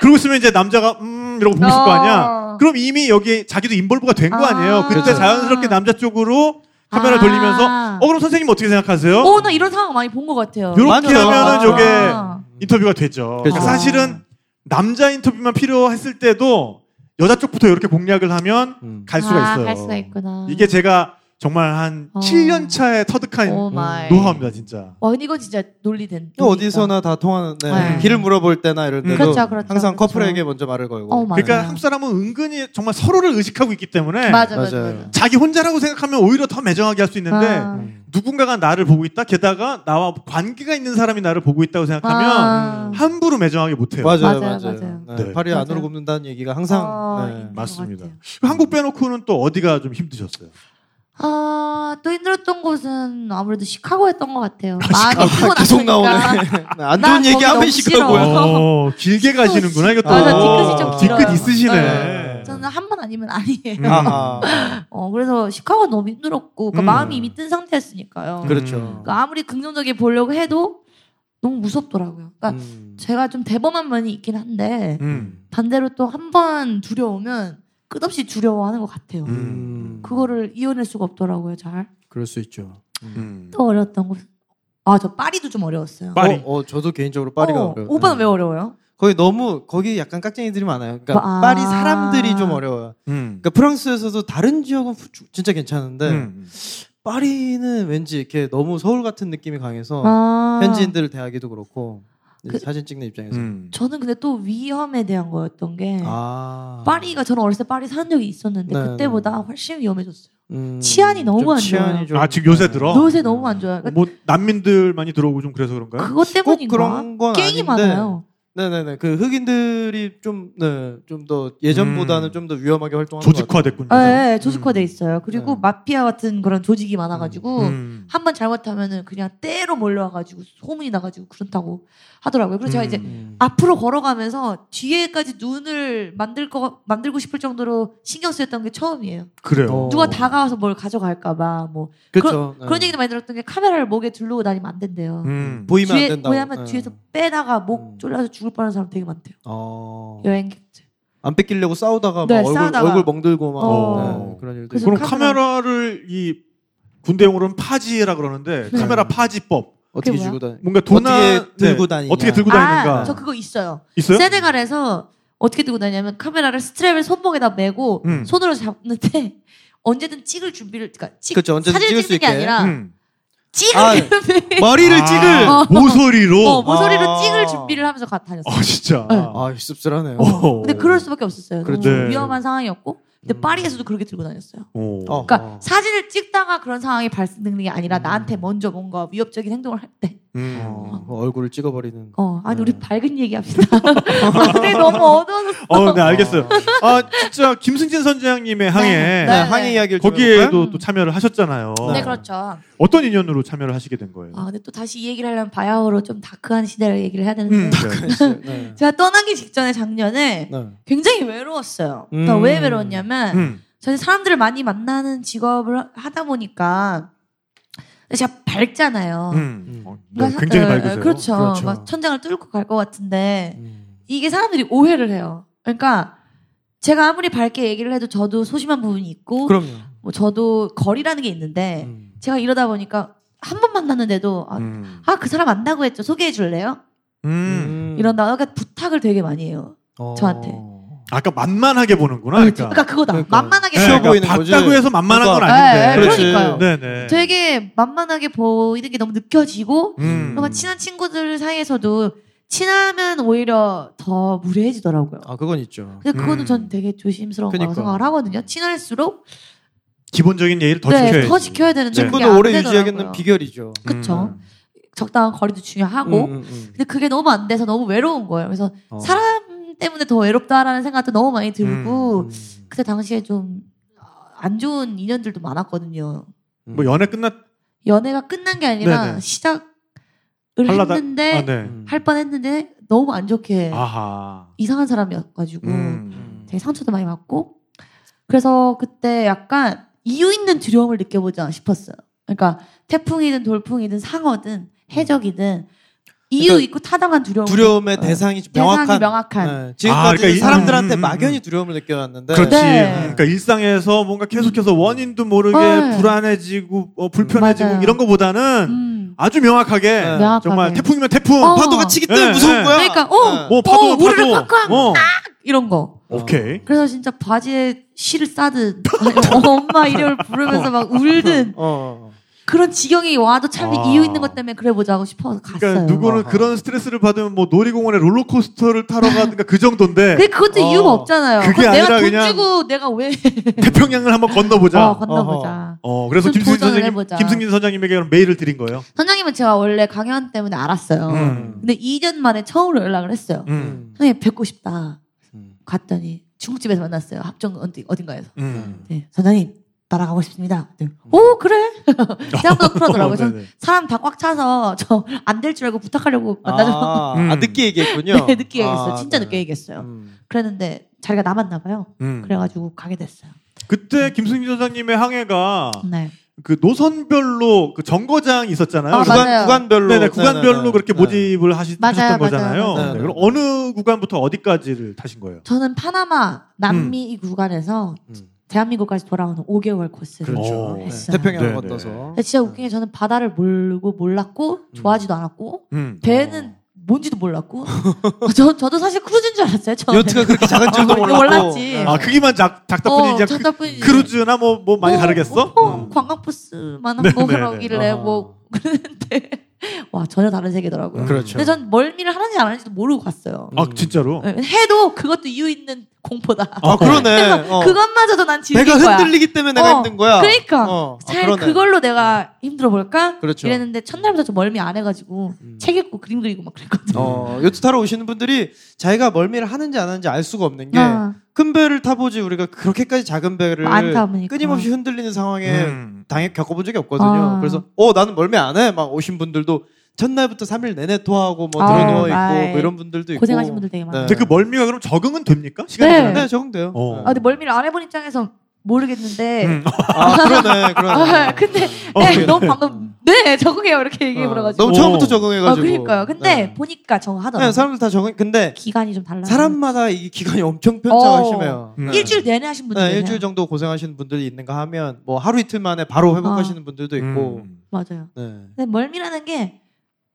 그러고 있으면 이제 남자가 음 이러고 보실 거 아니야.
어.
그럼 이미 여기 자기도 인볼브가 된 거
아.
아~ 니에요 그때
그렇죠.
자연스럽게 남자 쪽으로 카메라 를
아.
돌리면서 어 그럼 선생님 어떻게 생각하세요?
어, 나 이런 상황 많이 본 것 같아요.
요렇게
맞죠.
하면은
아.
저게 인터뷰가 되죠.
그렇죠.
그러니까 사실은 남자 인터뷰만 필요했을 때도 여자 쪽부터 이렇게 공략을 하면
음.
갈 수가
아,
있어요.
갈 수가 있구나.
이게 제가 정말 한
어.
7년 차에 터득한
오 마이.
음, 노하우입니다, 진짜.
와, 근데 이건 진짜 논리된.
또 어디서나 다 통하는 데
네.
길을 물어볼 때나 이런 데도
그렇죠, 그렇죠,
항상
그렇죠.
커플에게 먼저 말을 걸고
어, 맞아요.
그러니까 한국 사람은 은근히 정말 서로를 의식하고 있기 때문에
맞아, 맞아,
맞아요.
맞아.
자기 혼자라고 생각하면 오히려 더 매정하게 할 수 있는데
아.
누군가가 나를 보고 있다 게다가 나와 관계가 있는 사람이 나를 보고 있다고 생각하면
아.
함부로 매정하게 못해요.
맞아요,
맞아요,
맞아요.
맞아요.
네,
네.
발이 안으로
맞아요.
굽는다는 얘기가 항상
어,
네.
있는 것
맞습니다.
같아요.
한국 빼놓고는 또 어디가 좀 힘드셨어요?
아, 또 힘들었던 곳은 아무래도 시카고였던 것 같아요.
아,
많이 뭐 피곤하니까.
계속 나오네. 네, 안 좋은
난
얘기
거기
하면
너무
시끄러워요.
싫어.
어, 길게 가시는구나 이것도.
맞아,
뒤끝이
어,
좀
뒤끝
길어요.
있으시네. 음.
네. 저는 한 번 아니면 아니에요.
아하.
어, 그래서 시카고 너무 힘들었고, 그러니까
음.
마음이 이미 뜬 상태였으니까요.
그렇죠.
그러니까 아무리 긍정적이 보려고 해도 너무 무섭더라고요. 그러니까
음.
제가 좀 대범한 면이 있긴 한데
음.
반대로 또 한 번 두려우면 끝없이 두려워하는 것 같아요.
음.
그거를 이겨낼 수가 없더라고요. 잘 또
그럴 수 있죠.
음.
어려웠던 곳. 아저 파리도 좀 어려웠어요.
파리.
어, 어, 저도 개인적으로 파리가
어,
어려워요. 네.
오빠는 왜 어려워요?
거기 너무 거기 약간 깍쟁이들이 많아요. 그러니까
아.
파리 사람들이 좀 어려워요.
음.
그러니까 프랑스에서도 다른 지역은 부- 진짜 괜찮은데
음.
파리는 왠지 이렇게 너무 서울 같은 느낌이 강해서
아.
어. 현지인들을 대하기도 그렇고 이제
그-
사진 찍는 입장에서
음.
저는 근데 또 위험에 대한 거였던 게
아
네. 파리가 저는 어렸을 때 파리 산 적이 있었는데
네,
그때보다
네.
훨씬 위험해졌어요.
음,
치안이 너무
좀
안 좋아요.
치안이 좀 네.
아, 지금 요새 들어? 어.
요새 너무 안 좋아요. 그러니까
뭐 난민들 많이 들어오고 좀 그래서 그런가요?
그것 때문인가?
뭐, 그런 건
깽이
아닌데.
많아요.
네네네 그 흑인들이 좀네좀더 예전보다는
음.
좀 더 위험하게 활동하는 것
조직화됐군요.
네, 네, 조직화돼
음.
있어요. 그리고
네.
마피아 같은 그런 조직이 많아가지고
음.
한 번 잘못하면은 그냥 때로 몰려와가지고 소문이 나가지고 그렇다고 하더라고요. 그래서 제가
음.
이제
같아요. 음.
앞으로 걸어가면서 뒤에까지 눈을 만들 거 만들고 싶을 정도로 신경 쓰였던 게 처음이에요.
그래요.
어.
누가 다가와서 뭘 가져갈까봐 뭐
그렇죠 네.
그런 얘기도 많이 들었던 게 카메라를 목에 둘르고 다니면 안 된대요.
음.
보이면
뒤에
안 된다고
왜냐면
네.
뒤에서 빼다가 목
음.
졸라서 죽을 뻔한 사람 되게 많대요.
어...
여행객들.
안 뺏기려고 싸우다가
예. 네,
막 얼굴
싸우다가.
얼굴 멍들고 막
어.
네, 그런 일도
그래서
있고.
그럼
카메라-
카메라를 이 군대용으로는 파지라 그러는데
네.
카메라 파지법
어떻게
그게
주고 다니
뭔가 도난
어떻게 들고 다니냐.
어떻게 들고 다니는가
아, 저 그거 있어요.
있어요?
세네갈에서 어떻게 들고 다니냐면 카메라를 스트랩을 손목에다 메고
음.
손으로 잡는데 언제든 찍을 준비를 그러니까 찍
그렇죠, 언제든
사진을
찍을 수
찍는 게
있게.
아니라
음.
찍을
아,
준비
머리를
아,
찍을
어.
모서리로
어, 모서리로
아.
찍을 준비를 하면서 가, 다녔어요.
아 진짜
네.
아 씁쓸하네요
어.
근데 그럴 수밖에 없었어요. 너무
그렇죠. 네.
위험한 상황이었고 근데
음.
파리에서도 그렇게 들고 다녔어요.
어.
어.
그러니까 사진을 찍다가 그런 상황이 발생되는 게 아니라
음.
나한테 먼저 뭔가 위협적인 행동을 할 때,
음.
어, 얼굴을 찍어버리는
어, 아니
네.
우리 밝은 얘기합시다. 아, 근데 너무 어두워서
어, 네 알겠어요. 아 진짜 김승진 선장님의 항해
네,
네,
네.
항해 이야기를 좀 해볼까요?
거기에도
음.
또 참여를 하셨잖아요.
네
네.
그렇죠.
어떤 인연으로 참여를 하시게 된 거예요?
아 근데 또 다시 이 얘기를 하려면 바야흐로 좀 다크한 시대를 얘기를 해야 되는데
음.
네.
제가 떠나기 직전에 작년에
네.
굉장히 외로웠어요. 그러니까
음.
왜 외로웠냐면
음.
저는 사람들을 많이 만나는 직업을 하- 하다 보니까 제가 밝잖아요.
음.
음.
어, 네,
그러니까
굉장히
사- 에, 에,
밝으세요.
그렇죠.
그렇죠.
막 천장을 뚫고 갈 것 같은데
음.
이게 사람들이 오해를 해요. 그러니까 제가 아무리 밝게 얘기를 해도 저도 소심한 부분이 있고
그럼요
뭐 저도 거리라는 게 있는데
음.
제가 이러다 보니까 한 번 만났는데도 아,
음.
아, 그 사람 안다고 했죠. 소개해 줄래요?
음.
이런다. 그러니까 부탁을 되게 많이 해요.
어.
저한테.
아까 만만하게 보는구나.
그렇지.
그러니까.
그러니까 그거다.
그러니까.
만만하게
네,
쉬워
보고.
그러니까
보이는 거지.
봤다고 해서 만만한 건
그러니까.
네,
아닌데.
네,
그렇지.
그러니까요.
네네.
되게 만만하게 보이는 게 너무 느껴지고
음.
그러면 친한 친구들 사이에서도 친하면 오히려 더 무례해지더라고요.
아 그건 있죠.
근데 그거는
음.
전 되게 조심스러운 거라고
그러니까.
생각을 하거든요. 친할수록
기본적인 예의를 더
네,
지켜야지.
더 지켜야 되는데 그게
친구도
안
오래
되더라고요.
유지하겠는 비결이죠.
그쵸.
음.
적당한 거리도
음,
중요하고
음, 음.
근데 그게 너무 안 돼서 너무 외로운 거예요. 그래서
어.
사람 때문에 더 외롭다라는 생각도 너무 많이 들고
음.
그때 당시에 좀 어, 안 좋은 인연들도 많았거든요.
뭐 연애 끝났.
연애가 끝난 게 아니라
네네.
시작을
하려다-
했는데
아, 네.
음.
할 뻔했는데 너무 안 좋게
아하.
이상한 사람이어가지고
음.
되게 상처도 많이 받고 그래서 그때 약간 이유 있는 두려움을 느껴보자 싶었어요. 그러니까 태풍이든 돌풍이든 상어든 해적이든 이유
그러니까
있고 타당한 두려움
두려움의
어.
대상이 좀
대상이
명확한.
명확한.
네, 지금까지
아, 그러니까 이-
사람들한테
음, 음, 음.
막연히 두려움을 느껴왔는데.
그렇지.
네.
그러니까 일상에서 뭔가 계속해서 원인도 모르게
네.
불안해지고 어, 불편해지고
맞아요.
이런 거보다는
음. 네.
아주 명확하게
명확하게.
정말 태풍이면 태풍.
어.
파도가 치기 때문에
네,
무서운
네.
거야.
그러니까, 어,
뭐 파도
어, 아. 우르르 쾅쾅.
어.
이런 거.
오케이.
그래서 진짜 바지에 실을 싸든 아니면 엄마 이름을 부르면서 막 울든
어, 어.
그런 지경이 와도 참
아.
이유 있는 것 때문에 그래 보자고 싶어서 갔어요.
그러니까 누구는
아하.
그런 스트레스를 받으면 뭐 놀이공원에 롤러코스터를 타러 가든가 그 정도인데
근데 그것도
어.
이유가 없잖아요.
그게
그건 내가
아니라
돈
그냥
주고 내가 왜
태평양을 한번 건너보자.
네. 어,
어,
건너보자.
그래서
좀
김승진
도전을
선생님,
해보자.
김승진 선장님에게 그럼 메일을 드린 거예요.
선장님은 제가 원래 강연 때문에 알았어요.
음.
근데 2년 만에 처음으로 연락을 했어요.
음.
음.
선생님 뵙고 싶다.
음.
갔더니 중국집에서 만났어요. 합정 어디, 어딘가에서.
음.
네, 선장님 따라가고 싶습니다. 네. 오 그래? 생각보다 쿨하더라고요.
어,
그래서
네네.
사람 다 꽉 차서 저 안 될 줄 알고 부탁하려고
아,
만나서
음.
아, 늦게 얘기했군요.
네, 늦게 얘기했어요.
아,
진짜
네.
늦게 얘기했어요.
음.
그랬는데 자리가 남았나 봐요.
음.
그래가지고 가게 됐어요.
그때 김승진 선장님의 항해가
네.
그 노선별로 그 정거장이 있었잖아요.
아,
그래서
맞아요.
구간, 구간별로.
네네, 구간별로
네네네.
그렇게
네.
모집을 하시,
맞아요,
하셨던
맞아요,
거잖아요.
맞아요.
네, 그럼 어느 구간부터 어디까지를 타신 거예요?
저는 파나마 남미 이 구간에서
음.
대한민국까지 돌아오는 5개월 코스를
그렇죠.
네. 음.
했어요.
태평양을
네네.
건너서.
근데 아, 진짜 웃긴 게 저는 바다를 모르고 몰랐고
음.
좋아하지도
어.
않았고
음.
배는 뭔지도 몰랐고 어, 저, 저도 사실 크루즈인 줄 알았어요. 처음에.
요트가 그렇게 작은 줄도
어,
몰랐고.
몰랐지.
네.
아, 크기만 작, 작다뿐이지. 그냥 크-
전자뿐이지.
크루즈나 뭐, 뭐 많이
어,
다르겠어?
어,
음.
어, 관광버스만
네,
한거
네, 네.
그러길래
아.
뭐 그랬는데 와 전혀 다른 세계더라고요.
그렇죠.
근데 전 멀미를 하는지 안 하는지도 모르고 갔어요.
아, 진짜로?
네, 해도 그것도 이유 있는 공포다.
아, 그러네.
그래서
어.
그것마저도 난 즐길
배가
거야.
흔들리기 때문에 내가
어,
힘든 거야.
그러니까.
어, 아,
차라리
그러네.
그걸로 내가 힘들어 볼까?
그렇죠.
이랬는데 첫날부터 좀 멀미 안 해가지고
음.
책 읽고 그림 그리고 막 그랬거든요.
어, 요트 타러 오시는 분들이 자기가 멀미를 하는지 안 하는지 알 수가 없는 게 큰
아,
배를 타보지 우리가 그렇게까지 작은 배를
안 타보니까.
끊임없이 흔들리는
네.
상황에
음.
당해 겪어본 적이 없거든요.
아.
그래서 어 나는 멀미 안 해. 막 오신 분들도 첫날부터 3일 내내 토하고 뭐
아,
들어누워 있고
아이.
뭐 이런 분들도 있고
고생하신 분들 되게
네.
많아요.
근데 그 멀미가 그럼 적응은 됩니까? 시간이
네.
지나면?
네, 적응돼요.
어.
네.
아, 근데 멀미를 안 해본 입장에서 모르겠는데.
음.
아, 그러네, 그러네.
아, 근데
어,
네,
그래.
너무 방금 네 적응해요 이렇게 얘기해
어, 음.
버려가지고.
너무
오.
처음부터
아,
적응해가지고.
그러니까요. 근데
네.
보니까 적응하더라고요.
네, 사람들 다 적응. 근데
기간이 좀 달라.
사람마다 이 기간이 엄청 편차가
어.
심해요.
음.
네.
일주일 내내 하신 분들
네,
계세요.
일주일 정도 고생하시는 분들이 있는가 하면 뭐 하루 이틀 만에 바로
아.
회복하시는 분들도 있고.
음.
맞아요.
네.
근데 멀미라는 게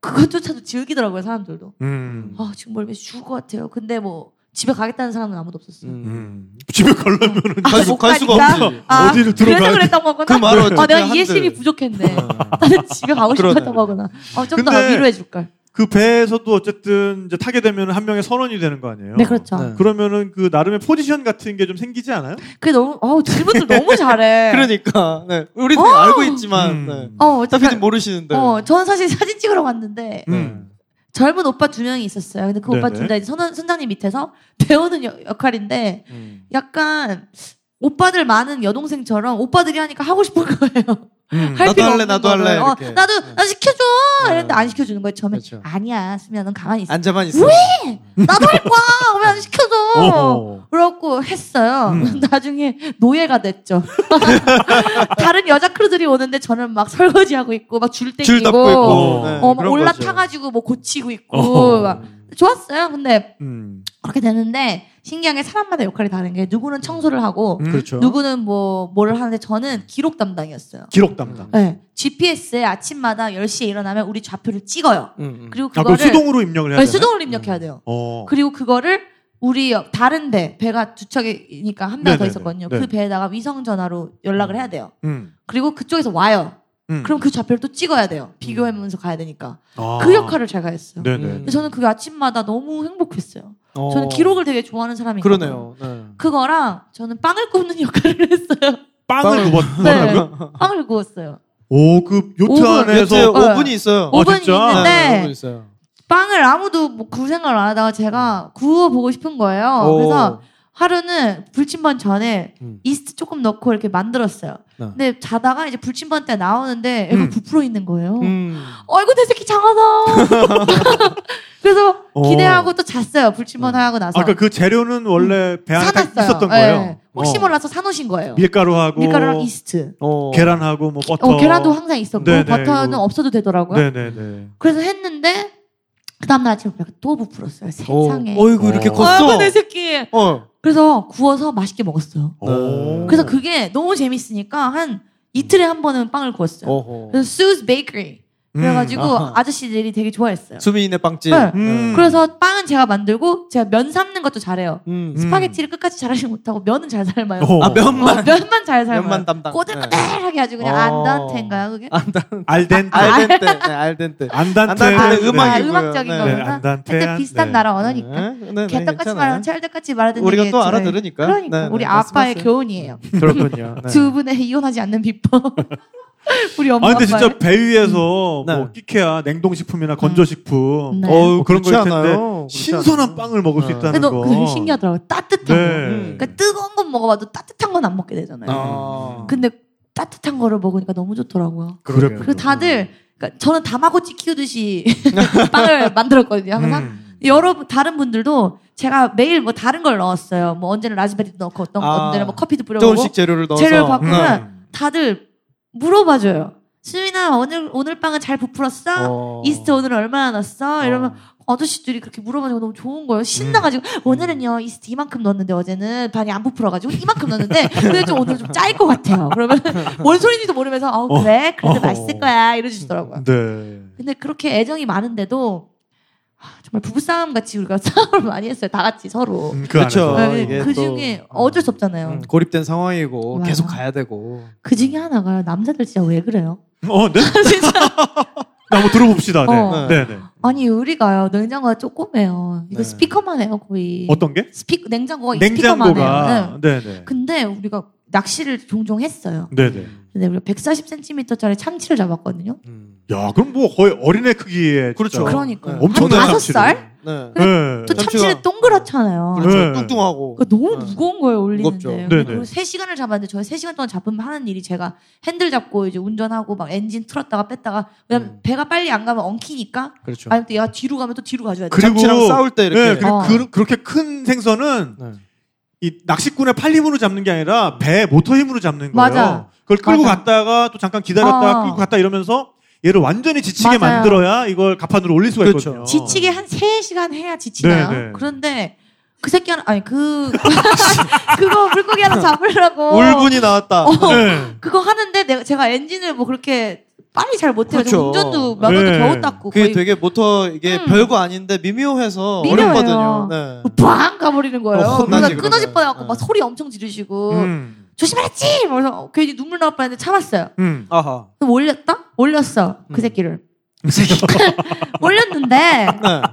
그것조차도 즐기더라고요 사람들도.
음.
아 지금 멀미 죽을 것 같아요. 근데 뭐 집에 가겠다는 사람은 아무도 없었어요.
음.
음. 집에 가려면은
아,
갈 수-
못
갈 수가
가니까?
없지.
아,
어디를
그래서
들어가야 돼?
그랬던 거구나.
그 말을
아,
어쨌든
내가
한들.
이해심이 부족했네.
네.
나는 집에 가고
그러네. 어.
싶었던 거구나. 어, 좀더
근데-
위로해 줄걸.
그 배에서도 어쨌든 이제 타게 되면 한 명의 선원이 되는 거 아니에요?
네 그렇죠.
네.
그러면은 그 나름의 포지션 같은 게 좀 생기지 않아요?
그게 너무 어우 질문들 너무 잘해.
그러니까. 네. 우리는 알고 있지만.
음.
네.
어
스타피는
어쨌든
모르시는데. 네.
어, 저는 사실 사진 찍으러 갔는데
음.
젊은 오빠 두 명이 있었어요. 근데 그 오빠
네네.
둘 다 이제 선, 선장님 밑에서 배우는 여-
네.
역할인데
음.
약간 오빠들 많은 여동생처럼 오빠들이 하니까 하고 싶은 거예요.
음.
할
나도
필요
할래,
없는
나도
거를.
할래,
어,
이렇게.
나도
네.
나 시켜줘.
네.
이랬는데 안 시켜주는 거예요. 처음에
그렇죠.
아니야, 수미야, 넌 가만히 있어.
앉아만 있어.
나도 할 거야. 왜 안 시켜줘?
어허.
그렇고 했어요.
음.
나중에 노예가 됐죠. 다른 여자 크루들이 오는데 저는 막 설거지하고 있고 막 줄 땡기고
줄 덮고 네. 있고.
어, 막
그런 거죠.
올라타가지고 뭐 고치고 있고
어허.
막 좋았어요. 근데
음.
그렇게 되는데 신기한 게 사람마다 역할이 다른 게 누구는 청소를 하고
음.
그렇죠.
누구는 뭐 뭐를 하는데 저는 기록 담당이었어요.
기록 담당.
네. GPS에 아침마다 10시에 일어나면 우리 좌표를 찍어요.
음, 음.
그리고
아, 그럼
그거를 그-
수동으로 입력을 해야
네,
되나요?
수동으로 입력해야 돼요.
어.
그리고 그거를 우리 옆- 다른데 배가 두 척이니까 한 명 더
네네네.
있었거든요.
네.
그 배에다가 위성 전화로 연락을 해야 돼요.
음.
그리고 그쪽에서 와요.
음.
그럼 그 좌표를 또 찍어야 돼요. 비교하면서 가야 되니까
아.
그 역할을 제가 했어요.
네네.
근데 저는 그게 아침마다 너무 행복했어요. 저는 기록을 되게 좋아하는 사람이에요.
그러네요. 네.
그거랑 저는 빵을 굽는 역할을 했어요.
빵을
빵을-
굽었.
네. 빵을 구웠어요.
오그 요트
오븐,
안에서
요새
어.
5분이 있어요. 네.
어,
5분이
아, 진짜? 네.
있는데
오븐 있어요.
빵을 아무도 뭐 구울 생각을 안 하다가 제가 구워보고 싶은 거예요.
오.
어, 그래서 하루는 불침번 전에
음.
이스트 조금 넣고 이렇게 만들었어요.
네.
근데 자다가 이제 불침번 때 나오는데 애가
음.
부풀어 있는 거예요.
음.
어이구 내 새끼 장하다. 그래서
어.
기대하고 또 잤어요. 불침번 하고 나서.
아까 그 재료는 원래 배 안에 딱
사놨어요.
있었던
예.
거예요.
혹시
어.
몰라서 사놓으신 거예요.
밀가루하고
밀가루랑 이스트.
어.
계란하고 뭐 버터.
어, 계란도 항상 있었고
네네,
버터는
이거.
없어도 되더라고요.
네네네.
그래서 했는데 그 다음날 아침에 배가 또 부풀었어요.
어.
세상에.
어이구 이렇게
어.
컸어.
아이고, 내 새끼.
어.
그래서 구워서 맛있게 먹었어요.
오.
음.
그래서 그게 너무 재밌으니까 한 이틀에 한 번은 빵을 구웠어요.
어허.
그래서 수즈 베이커리
음.
그래가지고
아하.
아저씨들이 되게 좋아했어요.
수미인의 빵집.
네.
음.
그래서 빵은 제가 만들고 제가 면 삶는 것도 잘해요.
음.
음.
스파게티를 끝까지 잘하지 못하고 면은 잘 삶아요.
오.
아 면만
어, 면만 잘 삶아요.
면만 담당. 네.
꼬들꼬들하게 아주 그냥
어. 아,
안단테인가요 그게? 음.
알덴테.
네. 알덴테. 네, 알덴테.
안단테. 네.
안단테는
아,
음악이고요.
음악적인
네.
거구나.
네, 안단테.
하여튼 비슷한
네.
나라 언어니까.
네, 네, 네,
개떡같이
괜찮아요.
말하면 찰떡같이 말하는
우리가
얘기에
또
저희-
알아들으니까.
그러니까
네, 네,
우리 아빠의
말씀하세요.
교훈이에요.
그렇군요. 네.
두 분의 이혼하지 않는 비법. 우리 엄마
아 근데 진짜
아빠의.
배 위에서
네. 뭐
뭐 끼케야 냉동식품이나 건조식품
음. 네.
어 그런
그렇지
거일 텐데
않아요. 그렇지
신선한
않아요.
빵을 먹을 수
네. 음.
있다는
근데 너
거.
그게 되게 신기하더라고. 따뜻한
네.
거. 그러니까 뜨거운 건 먹어봐도 따뜻한 건 안 먹게 되잖아요.
아.
네. 근데 따뜻한 거를 먹으니까 너무 좋더라고요.
네, 그렇군요.
그리고 다들 그러니까 저는 다마고치 키우듯이 빵을 만들었거든요. 항상
음.
여러 다른 분들도 제가 매일 뭐 다른 걸 넣었어요. 뭐 언제는 라즈베리도 넣고 어떤
아.
언제는 뭐 커피도 뿌려보고
조금씩 재료를 넣어서
재료를
음.
바꾸고.
네.
그러면 다들 물어봐줘요. 수민아 오늘 오늘 빵은 잘 부풀었어?
어.
이스트 오늘 얼마나 났어? 이러면
어.
아저씨들이 그렇게 물어봐주고 너무 좋은 거예요. 신나가지고 오늘은요 이스트 이만큼 넣었는데 어제는 반이 안 부풀어가지고 이만큼 넣었는데 근데 좀 오늘 좀 짤 것 같아요. 그러면 뭔 소리인지도 모르면서 어
어.
그래
어.
그래도 맛있을 거야 이러시더라고요.
네.
근데 그렇게 애정이 많은데도 아, 정말 부부싸움 같이 우리가 싸움을 많이 했어요. 다 같이 서로.
음, 그
그렇죠.
안에서.
네,
이게
그
또-
중에 어쩔 수 없잖아요.
음, 고립된 상황이고
맞아.
계속 가야 되고.
그 중에 하나가 남자들 진짜 왜 그래요?
어 네.
진짜.
나 한번 들어봅시다. 네.
어.
네. 네.
아니 우리가요 냉장고가 조그매요. 이거
네.
스피커만 해요 거의.
어떤 게?
스피 냉장고가 이 스피커만 해요.
냉장고가.
네.
네. 네.
근데 우리가 낚시를 종종 했어요.
네. 네.
근데 우리가 140cm짜리 참치를 잡았거든요.
음.
야 그럼 뭐 거의 어린애 크기에.
그렇죠.
진짜.
그러니까 요
네, 엄청난
다섯
참치를.
살?
네.
네.
또 참치는
참치가-
동그랗잖아요.
그렇죠.
네.
뚱뚱하고.
어. 그러니까 너무
네.
무거운 거예요
무겁죠.
올리는데.
네네.
그리고 3 시간을 잡았는데 저희 3 시간 동안 잡으면 하는 일이 제가 핸들 잡고 이제 운전하고 막 엔진 틀었다가 뺐다가 왜냐면
네.
음. 배가
배가 빨리 안 가면 엉키니까
그렇죠.
아니면 또 얘가 뒤로 가면 또 뒤로 가줘야 돼.
그리고-
참치랑 싸울 때
네.
이렇게.
그리고
어.
그, 그렇게 큰 생선은
네.
이 낚시꾼의 팔 힘으로 잡는 게 아니라 배 모터 힘으로 잡는 거예요.
맞아.
그걸 끌고
맞아.
갔다가 또 잠깐 기다렸다가
어.
끌고 갔다 이러면서 얘를 완전히 지치게
맞아요.
만들어야 이걸 가판으로 올릴 수가
그렇죠.
있거든요.
지치게 한 3시간 해야 지치나요?
어. 네네.
그런데 그 새끼 하나 아니 그 그거 물고기 하나 잡으려고
울분이 나왔다.
어,
네.
그거 하는데 내가 제가 엔진을 뭐 그렇게 빨리 잘 못해요.
그렇죠.
운전도 몇 번도
네.
겨우 닦고
그게
거의
되게 모터 이게
음.
별거 아닌데 미묘해서
미묘해요.
어렵거든요. 네.
빵 가버리는 거예요.
어,
그러니까
혼나지,
끊어질
그러면.
뻔하고 막
네.
소리 엄청 지르시고
음.
조심하랬지. 그래서 괜히 눈물 나올 뻔했는데 참았어요.
음.
아하.
그럼 올렸다? 올렸어
음.
그 새끼를. 올렸는데
네.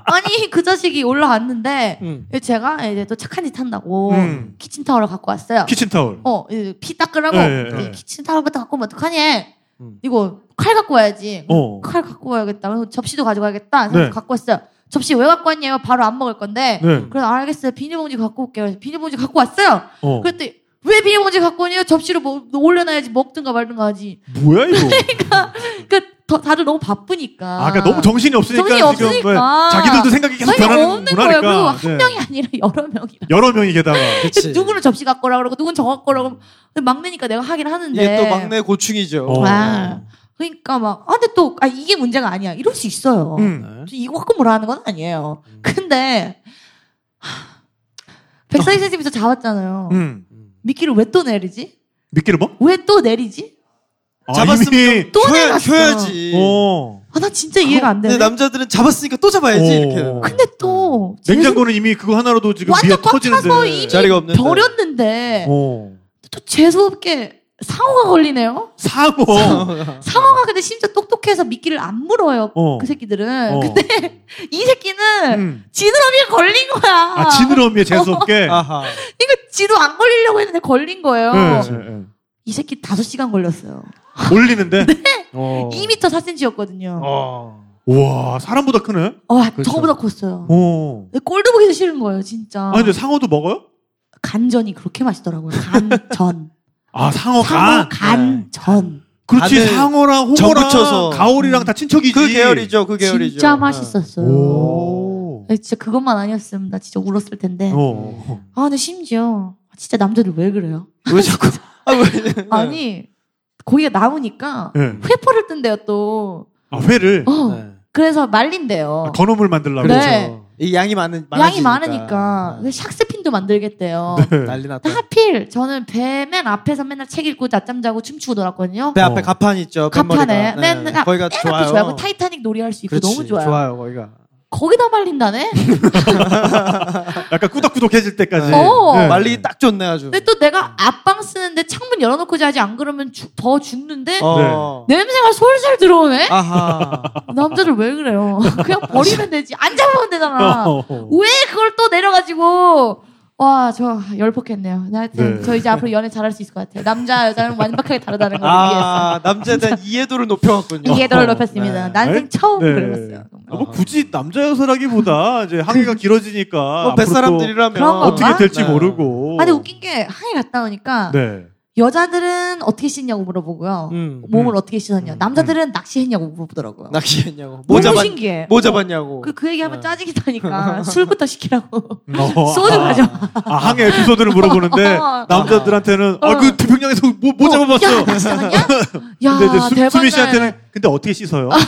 아니 그 자식이 올라왔는데
음.
제가 이제 또 착한 짓 한다고
음.
키친 타월을 갖고 왔어요.
키친타올.
어, 이제 피 닦으라고.
예, 예,
이
예.
키친 타월부터 갖고 오면 어떡하니?
네, 음.
이거 칼 갖고 와야지.
어.
칼 갖고 와야겠다. 그리고 접시도 가져가야겠다. 그래서
네.
갖고 왔어요. 접시 왜 갖고 왔냐면 바로 안 먹을 건데.
네.
그래서 알겠어요. 비닐봉지 갖고 올게요. 그래서 비닐봉지 갖고 왔어요.
어.
그랬더니 왜 비닐봉지 갖고 오냐? 접시로 뭐 올려놔야지 먹든가 말든가 하지.
뭐야 이거?
그러니까 더- 다들 너무 바쁘니까.
아, 그러니까 너무 정신이 없으니까
정신이
지금
없으니까.
뭐 자기들도 생각이 계속
전혀
변하는
없는 거예요. 그리고
문화니까.
한
네.
명이 아니라 여러 명이라.
여러 명이 게다가
그치.
누구는 접시 갖고 오라 그러고 누구는 저 갖고 오라 그러고 근데 막내니까 내가 하긴 하는데.
이게 또 막내 고충이죠.
어.
아, 그러니까 막, 아, 근데 또, 아, 이게 문제가 아니야. 이럴 수 있어요.
음.
네.
이거 갖고 뭐라 하는 건 아니에요.
음.
근데, 140cm 잡았잖아요.
음.
미끼를 왜 또 내리지?
미끼를 뭐?
왜 또 내리지?
아,
잡았으면
이미-
또
켜야-
내놨어.
켜야지.
어.
아, 나 진짜 이해가 안
근데
되네. 어.
남자들은 잡았으니까 또 잡아야지
오.
이렇게.
근데 또
음. 냉장고는 이미 그거 하나로도 지금
완전
미어
꽉
터지는데.
차서 이미 네.
자리가 없는데.
재수- 버렸는데
어.
또 재수 없게 상어가 걸리네요.
사고.
상어가 근데 심지어 똑똑해서 미끼를 안 물어요.
어.
그 새끼들은.
어.
근데 이 새끼는
음.
지느러미에 걸린 거야.
아 지느러미에 재수 없게.
아하.
그러니까 지도 안 걸리려고 했는데 걸린 거예요.
예, 예, 예.
이 새끼 다섯 시간 걸렸어요.
올리는데.
네.
어.
2m 4cm였거든요.
어.
어,
와 사람보다 크네.
그렇죠.
저보다 컸어요.
오.
근데 꼴도 보기도 싫은 거예요, 진짜.
아 근데 상어도 먹어요?
간전이 그렇게 맛있더라고요. 간전.
아 상어
상어
간.
간전.
그렇지
간을
상어랑
정
홍어랑
붙여서.
가오리랑 다 친척이지.
그 계열이죠. 그 계열이죠.
진짜 맛있었어요.
오.
아니, 진짜 그것만 아니었으면 나 진짜 울었을 텐데.
어.
아, 근데 심지어 진짜 남자들 왜 그래요?
어. 왜 자꾸? 아, 왜?
아니 고기가 남으니까
예.
회포를 뜬대요 또.
아 회를
어, 네.
네.
그래서 말린대요.
아, 건어물 만들라고.
그래.
그렇죠. 이 양이 많은
양이
많아지니까.
많으니까
네.
그래서 샥스핀도 만들겠대요.
난리 났다.
근데 하필 저는 배 맨 앞에서 맨날 책 읽고 낮잠 자고 춤추고 놀았거든요.
배 앞에
어.
가판 있죠.
가판에
뱃머리가. 네,
맨 앞-
거기가
맨
좋아요.
앞에 좋아요. 뭐 타이타닉 놀이 할 수 있고
그렇지,
너무 좋아요.
좋아요 거기가.
거기다 말린다네.
약간 꾸덕꾸덕해질 때까지.
네.
어.
예.
말리기 딱 좋네 아주.
근데 또 내가 앞방 쓰는데 창문 열어놓고 자지 안 그러면 죽- 더 죽는데
어.
냄새가 솔솔 들어오네. 그
아하.
남자들 왜 그래요? 그냥 버리면 되지. 안 잡으면 되잖아.
어, 어.
왜 그걸 또 내려가지고 와 저 열폭했네요. 나 하여튼
네.
저 이제 앞으로 연애 잘할 수 있을 것 같아요. 남자 여자는 완벽하게 다르다는 걸
아 남자에 대한 이해도를 높여왔군요.
위해서 네. 이해도를 높였습니다.
네.
난생
어. 네.
처음
네.
그래봤어요. 정말.
아, 뭐 굳이 남자 여서라기보다 이제 항해가 길어지니까
뭐
앞으로
뱃사람들이라면
그런
또 어떻게
건가?
될지
네.
모르고.
아, 근데 웃긴 게 항해 갔다 오니까
어. 네.
여자들은 어떻게 씻냐고 물어보고요.
음.
몸을
음.
어떻게 씻었냐. 남자들은 낚시했냐고 물어보더라고요.
낚시했냐고.
너무
뭐 잡았
신기해. 어.
뭐 잡았냐고.
그, 그
네.
얘기하면 짜증이 나니까 술부터 시키라고.
어,
음, 소주
아,
가져.
아, 항해 에피소드를 물어보는데
어.
남자들한테는
어.
아그 태평양에서 뭐, 뭐
야,
잡아봤어.
낚시하냐? 야,
근데 이제 수,
대박.
수민 씨한테는 근데 어떻게 씻어요?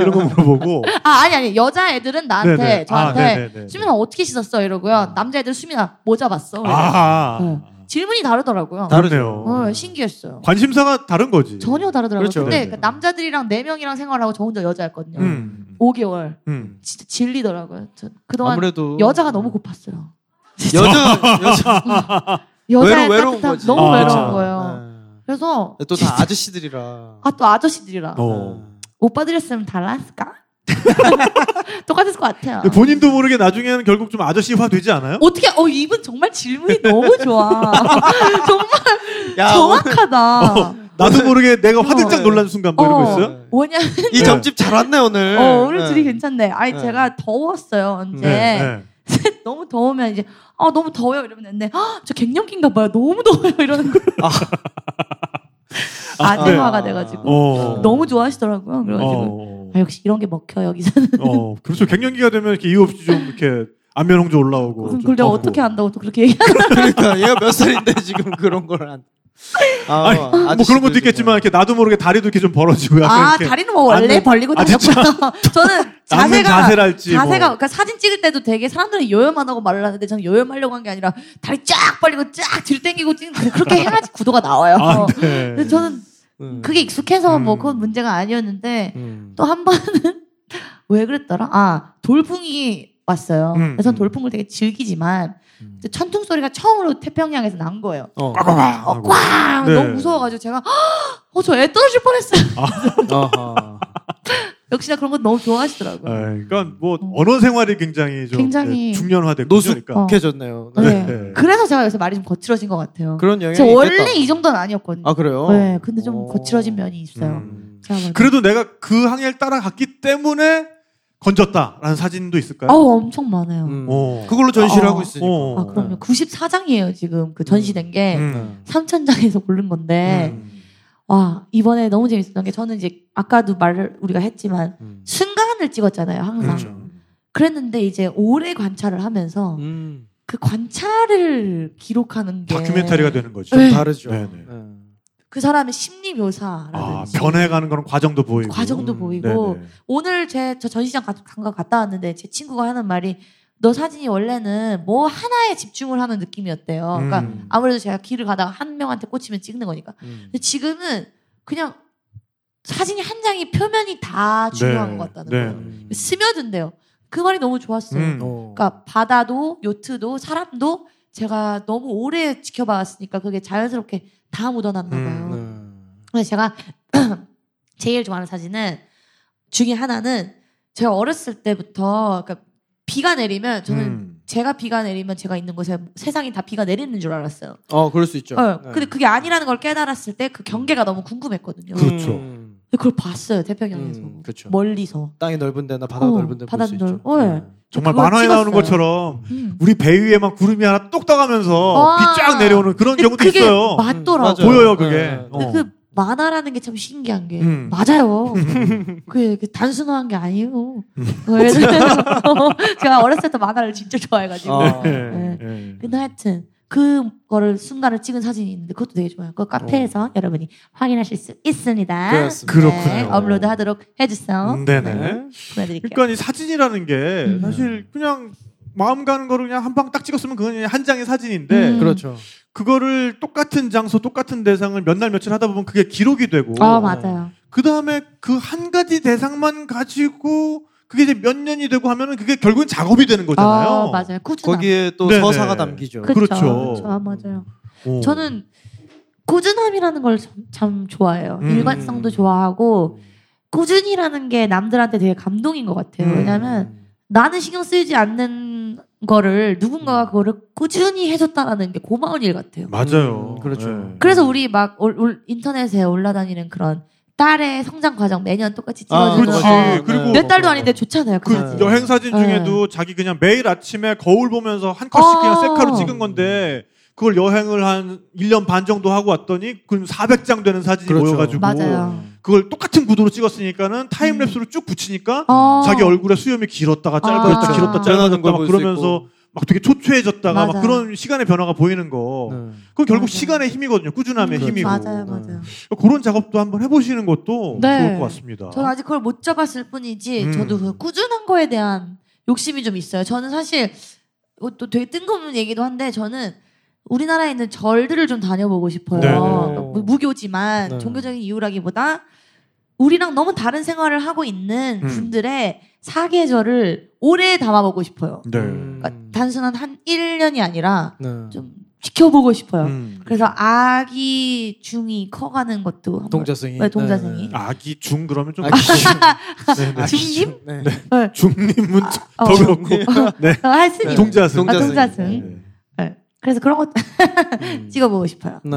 이런 거 물어보고.
아, 아니, 아니. 여자애들은 나한테,
네네. 아,
저한테,
네네네.
수민아, 어떻게 씻었어? 이러고요. 남자애들은 수민아, 뭐 잡았어?
아.
어. 질문이 다르더라고요.
다르네요.
어, 신기했어요.
관심사가 다른 거지.
전혀 다르더라고요.
그렇죠.
근데
예. 네네.
그 남자들이랑 네명이랑 생활하고 저 혼자 여자였거든요.
음.
5개월.
음.
진짜 질리더라고요. 저 그동안
아무래도
여자가 너무 고팠어요.
여자 여자
여자의
외로- 외로운
따뜻함
거지. 네.
너무
아,
외로운
그렇죠.
거예요. 그래서
또 다 아저씨들이라.
아 또 아저씨들이라
어.
오빠들이었으면 달랐을까? 똑같을 것 같아요.
근데 본인도 모르게 나중에는 결국 좀 아저씨화 되지 않아요?
어떻게 어 이분 정말 질문이 너무 좋아. 정말
야,
정확하다.
나도 모르게 내가 화들짝
어.
놀란 순간 뭐 이런
어,
거 있어요?
뭐냐면
오늘 이 점집 잘 왔네 오늘.
어, 오늘
네.
둘이 괜찮네. 아니
네.
제가 더웠어요 언제
네,
너무 더우면 이제 아 너무 더워요 이러면 되는데 "헉, 저 갱년기인가 봐요 너무 더워요 이러는 거예요.
아, 네.
아재화가 돼가지고
어.
너무 좋아하시더라고요. 그래가지고
어.
아, 역시 이런 게 먹혀 여기서는.
어, 그렇죠. 갱년기가 되면 이렇게 이유 없이 좀 이렇게 안면 홍조 올라오고.
그럼
좀
그걸 내가
덥고.
어떻게 안다고 또 그렇게 얘기
그러니까 얘가 몇 살인데 지금 그런 걸 안. 아,
아니,
어,
뭐 그런 것도
아저씨들
있겠지만 이렇게 나도 모르게 다리도 이렇게 좀 벌어지고 약간
아,
이렇게
다리는 뭐 원래
앉는-
벌리고
아, 진짜?
다녔고요. 저는
앉는
자세가
자세랄지 뭐.
자세가 그러니까 사진 찍을 때도 되게 사람들은 요염만 하고 말을 하는데 저는 요염하려고 한 게 아니라 다리 쫙 벌리고 쫙 뒤로 당기고 찍- 그렇게 해야지 구도가 나와요.
아, 네.
근데 저는
음.
그게 익숙해서 뭐
음.
그건 문제가 아니었는데
음.
또 한 번은 왜 그랬더라? 아 돌풍이 왔어요.
음.
그래서 저는 돌풍을 되게 즐기지만
음.
천둥 소리가 처음으로 태평양에서 난 거예요.
어.
꽝꽝꽝
어,
하고.
꽝!
네.
너무 무서워가지고 제가 어저 애 떨어질 뻔했어요.
어허.
역시나 그런 거 너무 좋아하시더라고요.
네, 그러니까 뭐 언어 생활이 굉장히 좀 네,
굉장히-
중년화됐고
노숙해졌네요.
그러니까.
어.
네.
네.
네.
그래서 제가 요새 말이 좀 거칠어진 것 같아요.
그런 영향이
제가 원래
있겠다.
이 정도는 아니었거든요.
아 그래요?
네, 근데 좀
오.
거칠어진 면이 있어요.
음.
제가 봤을 때.
그래도 내가 그 항해를 따라갔기 때문에 건졌다라는 사진도 있을까요?
어우, 엄청 많아요.
음.
어.
그걸로 전시를
어.
하고 있으니까.
어.
아, 그럼요. 94장이에요, 지금. 그 전시된 게.
음.
3,000장에서 고른 건데.
음.
와, 이번에 너무 재밌었던 게 저는 이제 아까도 말을 우리가 했지만
음.
순간을 찍었잖아요, 항상.
그렇죠.
그랬는데 이제 오래 관찰을 하면서
음.
그 관찰을 기록하는 게.
그렇죠. 다큐멘터리가 되는 거죠.
네.
다르죠.
네, 네.
음.
그 사람의 심리
아,
묘사라든지.
변해가는 그런 과정도 보이고.
네. 과정도
음,
보이고
네네.
오늘 제 저 전시장 가- 간거 갔다 왔는데 제 친구가 하는 말이 너 사진이 원래는 뭐 하나에 집중을 하는 느낌이었대요. 그러니까
음.
아무래도 제가 길을 가다가 한 명한테 꽂히면 찍는 거니까.
음.
근데 지금은 그냥 사진이 한 장이 표면이 다 중요한 것 같다는
네.
거예요.
음.
스며든대요. 그 말이 너무 좋았어요.
음.
어.
그러니까 바다도 요트도 사람도 제가 너무 오래 지켜봤으니까 그게 자연스럽게 다 묻어났나
음,
봐요.
네.
근데 제가 제일 좋아하는 사진은 중에 하나는 제가 어렸을 때부터 그러니까 비가 내리면 저는
음.
제가 비가 내리면 제가 있는 곳에 세상이 다 비가 내리는 줄 알았어요.
어, 그럴 수 있죠.
그렇죠.
어,
네.
근데 그게 아니라는 걸 깨달았을 때 그 경계가 너무 궁금했거든요.
그-
근데
그렇죠.
음,
그걸 봤어요 태평양에서
음, 그렇죠.
멀리서.
땅이 넓은 데나 바다
어,
넓은 데 볼
바다
수
넓-
있죠. 네.
어, 예.
정말
그걸
만화에 나오는
찍었어요.
것처럼
음.
우리 배 위에 막 구름이 하나 똑 떠가면서
와.
비 쫙 내려오는 그런
아. 근데
경우도
그게
있어요.
맞더라고.
음. 맞아요.
보여요 그게.
네, 네.
어.
그 만화라는 게 참 신기한 게
음.
맞아요. 그게 그 단순한 게 아니에요.
음.
왜냐면 제가 어렸을 때 만화를 진짜 좋아해가지고.
아.
예,
네.
예.
근데 하여튼 그거를 순간을 찍은 사진이 있는데 그것도 되게 좋아요. 그 카페에서 여러분이 확인하실 수 있습니다. 네,
그렇습니다.
어. 그렇군요.
업로드하도록 해주세요.
음, 네네.
보내드릴게요.
그러니까 이 사진이라는 게
음.
사실 그냥 마음 가는 거를 그냥 한 방 딱 찍었으면 그건 그냥 한 장의 사진인데
음.
그렇죠.
그거를 똑같은 장소 똑같은 대상을 몇 날 며칠 하다 보면 그게 기록이 되고
아 맞아요.
그 다음에 그 한 가지 대상만 가지고 그게 이제 몇 년이 되고 하면은 그게 결국은 작업이 되는 거잖아요.
아 맞아요. 꾸준함.
거기에 또
네네.
서사가 담기죠.
그-
그렇죠.
그렇죠.
아, 맞아요.
오.
저는 꾸준함이라는 걸 참 좋아해요.
음.
일관성도 좋아하고
음.
꾸준이라는 게 남들한테 되게 감동인 것 같아요.
음.
왜냐하면 나는 신경 쓰이지 않는 거를 누군가가 그거를 꾸준히 해줬다라는 게 고마운 일 같아요.
음. 맞아요.
음, 그렇죠.
예.
그래서 우리 막 올- 올- 인터넷에 올라다니는 그런 딸의 성장 과정 매년 똑같이
아,
찍어주는
그렇지.
거.
네.
그리고
몇 달도 아닌데 좋잖아요. 그
그렇죠. 그
사진.
여-
여행 사진
네.
중에도 자기 그냥 매일 아침에 거울 보면서 한 컷씩 그냥
어.
셀카로 찍은 건데 그걸 여행을 한 1년 반 정도 하고 왔더니 그 400장 되는 사진이
그렇죠.
모여가지고
맞아요. 음.
그걸 똑같은 구도로 찍었으니까는 타임랩스로 쭉 붙이니까
어.
자기 얼굴에 수염이 길었다가
그렇죠.
짧아졌다
아.
길었다
변하는
짧아졌다
걸
막
볼수
그러면서 막 되게 초췌해졌다가 막
맞아요.
그런 시간의 변화가 보이는 거.
네.
그건 결국
맞아요.
시간의 힘이거든요. 꾸준함의
음,
힘이고.
그렇죠.
그러니까
맞아요, 맞아요.
그런 작업도 한번 해보시는 것도
네.
좋을 것 같습니다.
저는 아직 그걸 못 잡았을 뿐이지
음.
저도 그 꾸준한 거에 대한 욕심이 좀 있어요. 저는 사실 뭐 또 되게 뜬금없는 얘기도 한데 저는 우리나라에 있는 절들을 좀 다녀보고 싶어요.
네네.
무- 무교지만
네.
종교적인 이유라기보다 우리랑 너무 다른 생활을 하고 있는
음.
분들의 사계절을 오래 담아보고 싶어요.
네.
음.
그러니까 단순한 한 1년이 아니라
네.
좀 지켜보고 싶어요.
음.
그래서 아기 중이 커가는 것도 한번
동자승이.
네, 동자승이.
네, 네.
아기 중 그러면 좀 네, 네.
아기.
중립?
네.
중립 문자
어.
더 그렇고 아, 네.
할 수는
네.
있-
동자승.
아,
동자승.
동자승.
네.
그래서 그런 것도
음.
찍어보고 싶어요.
네.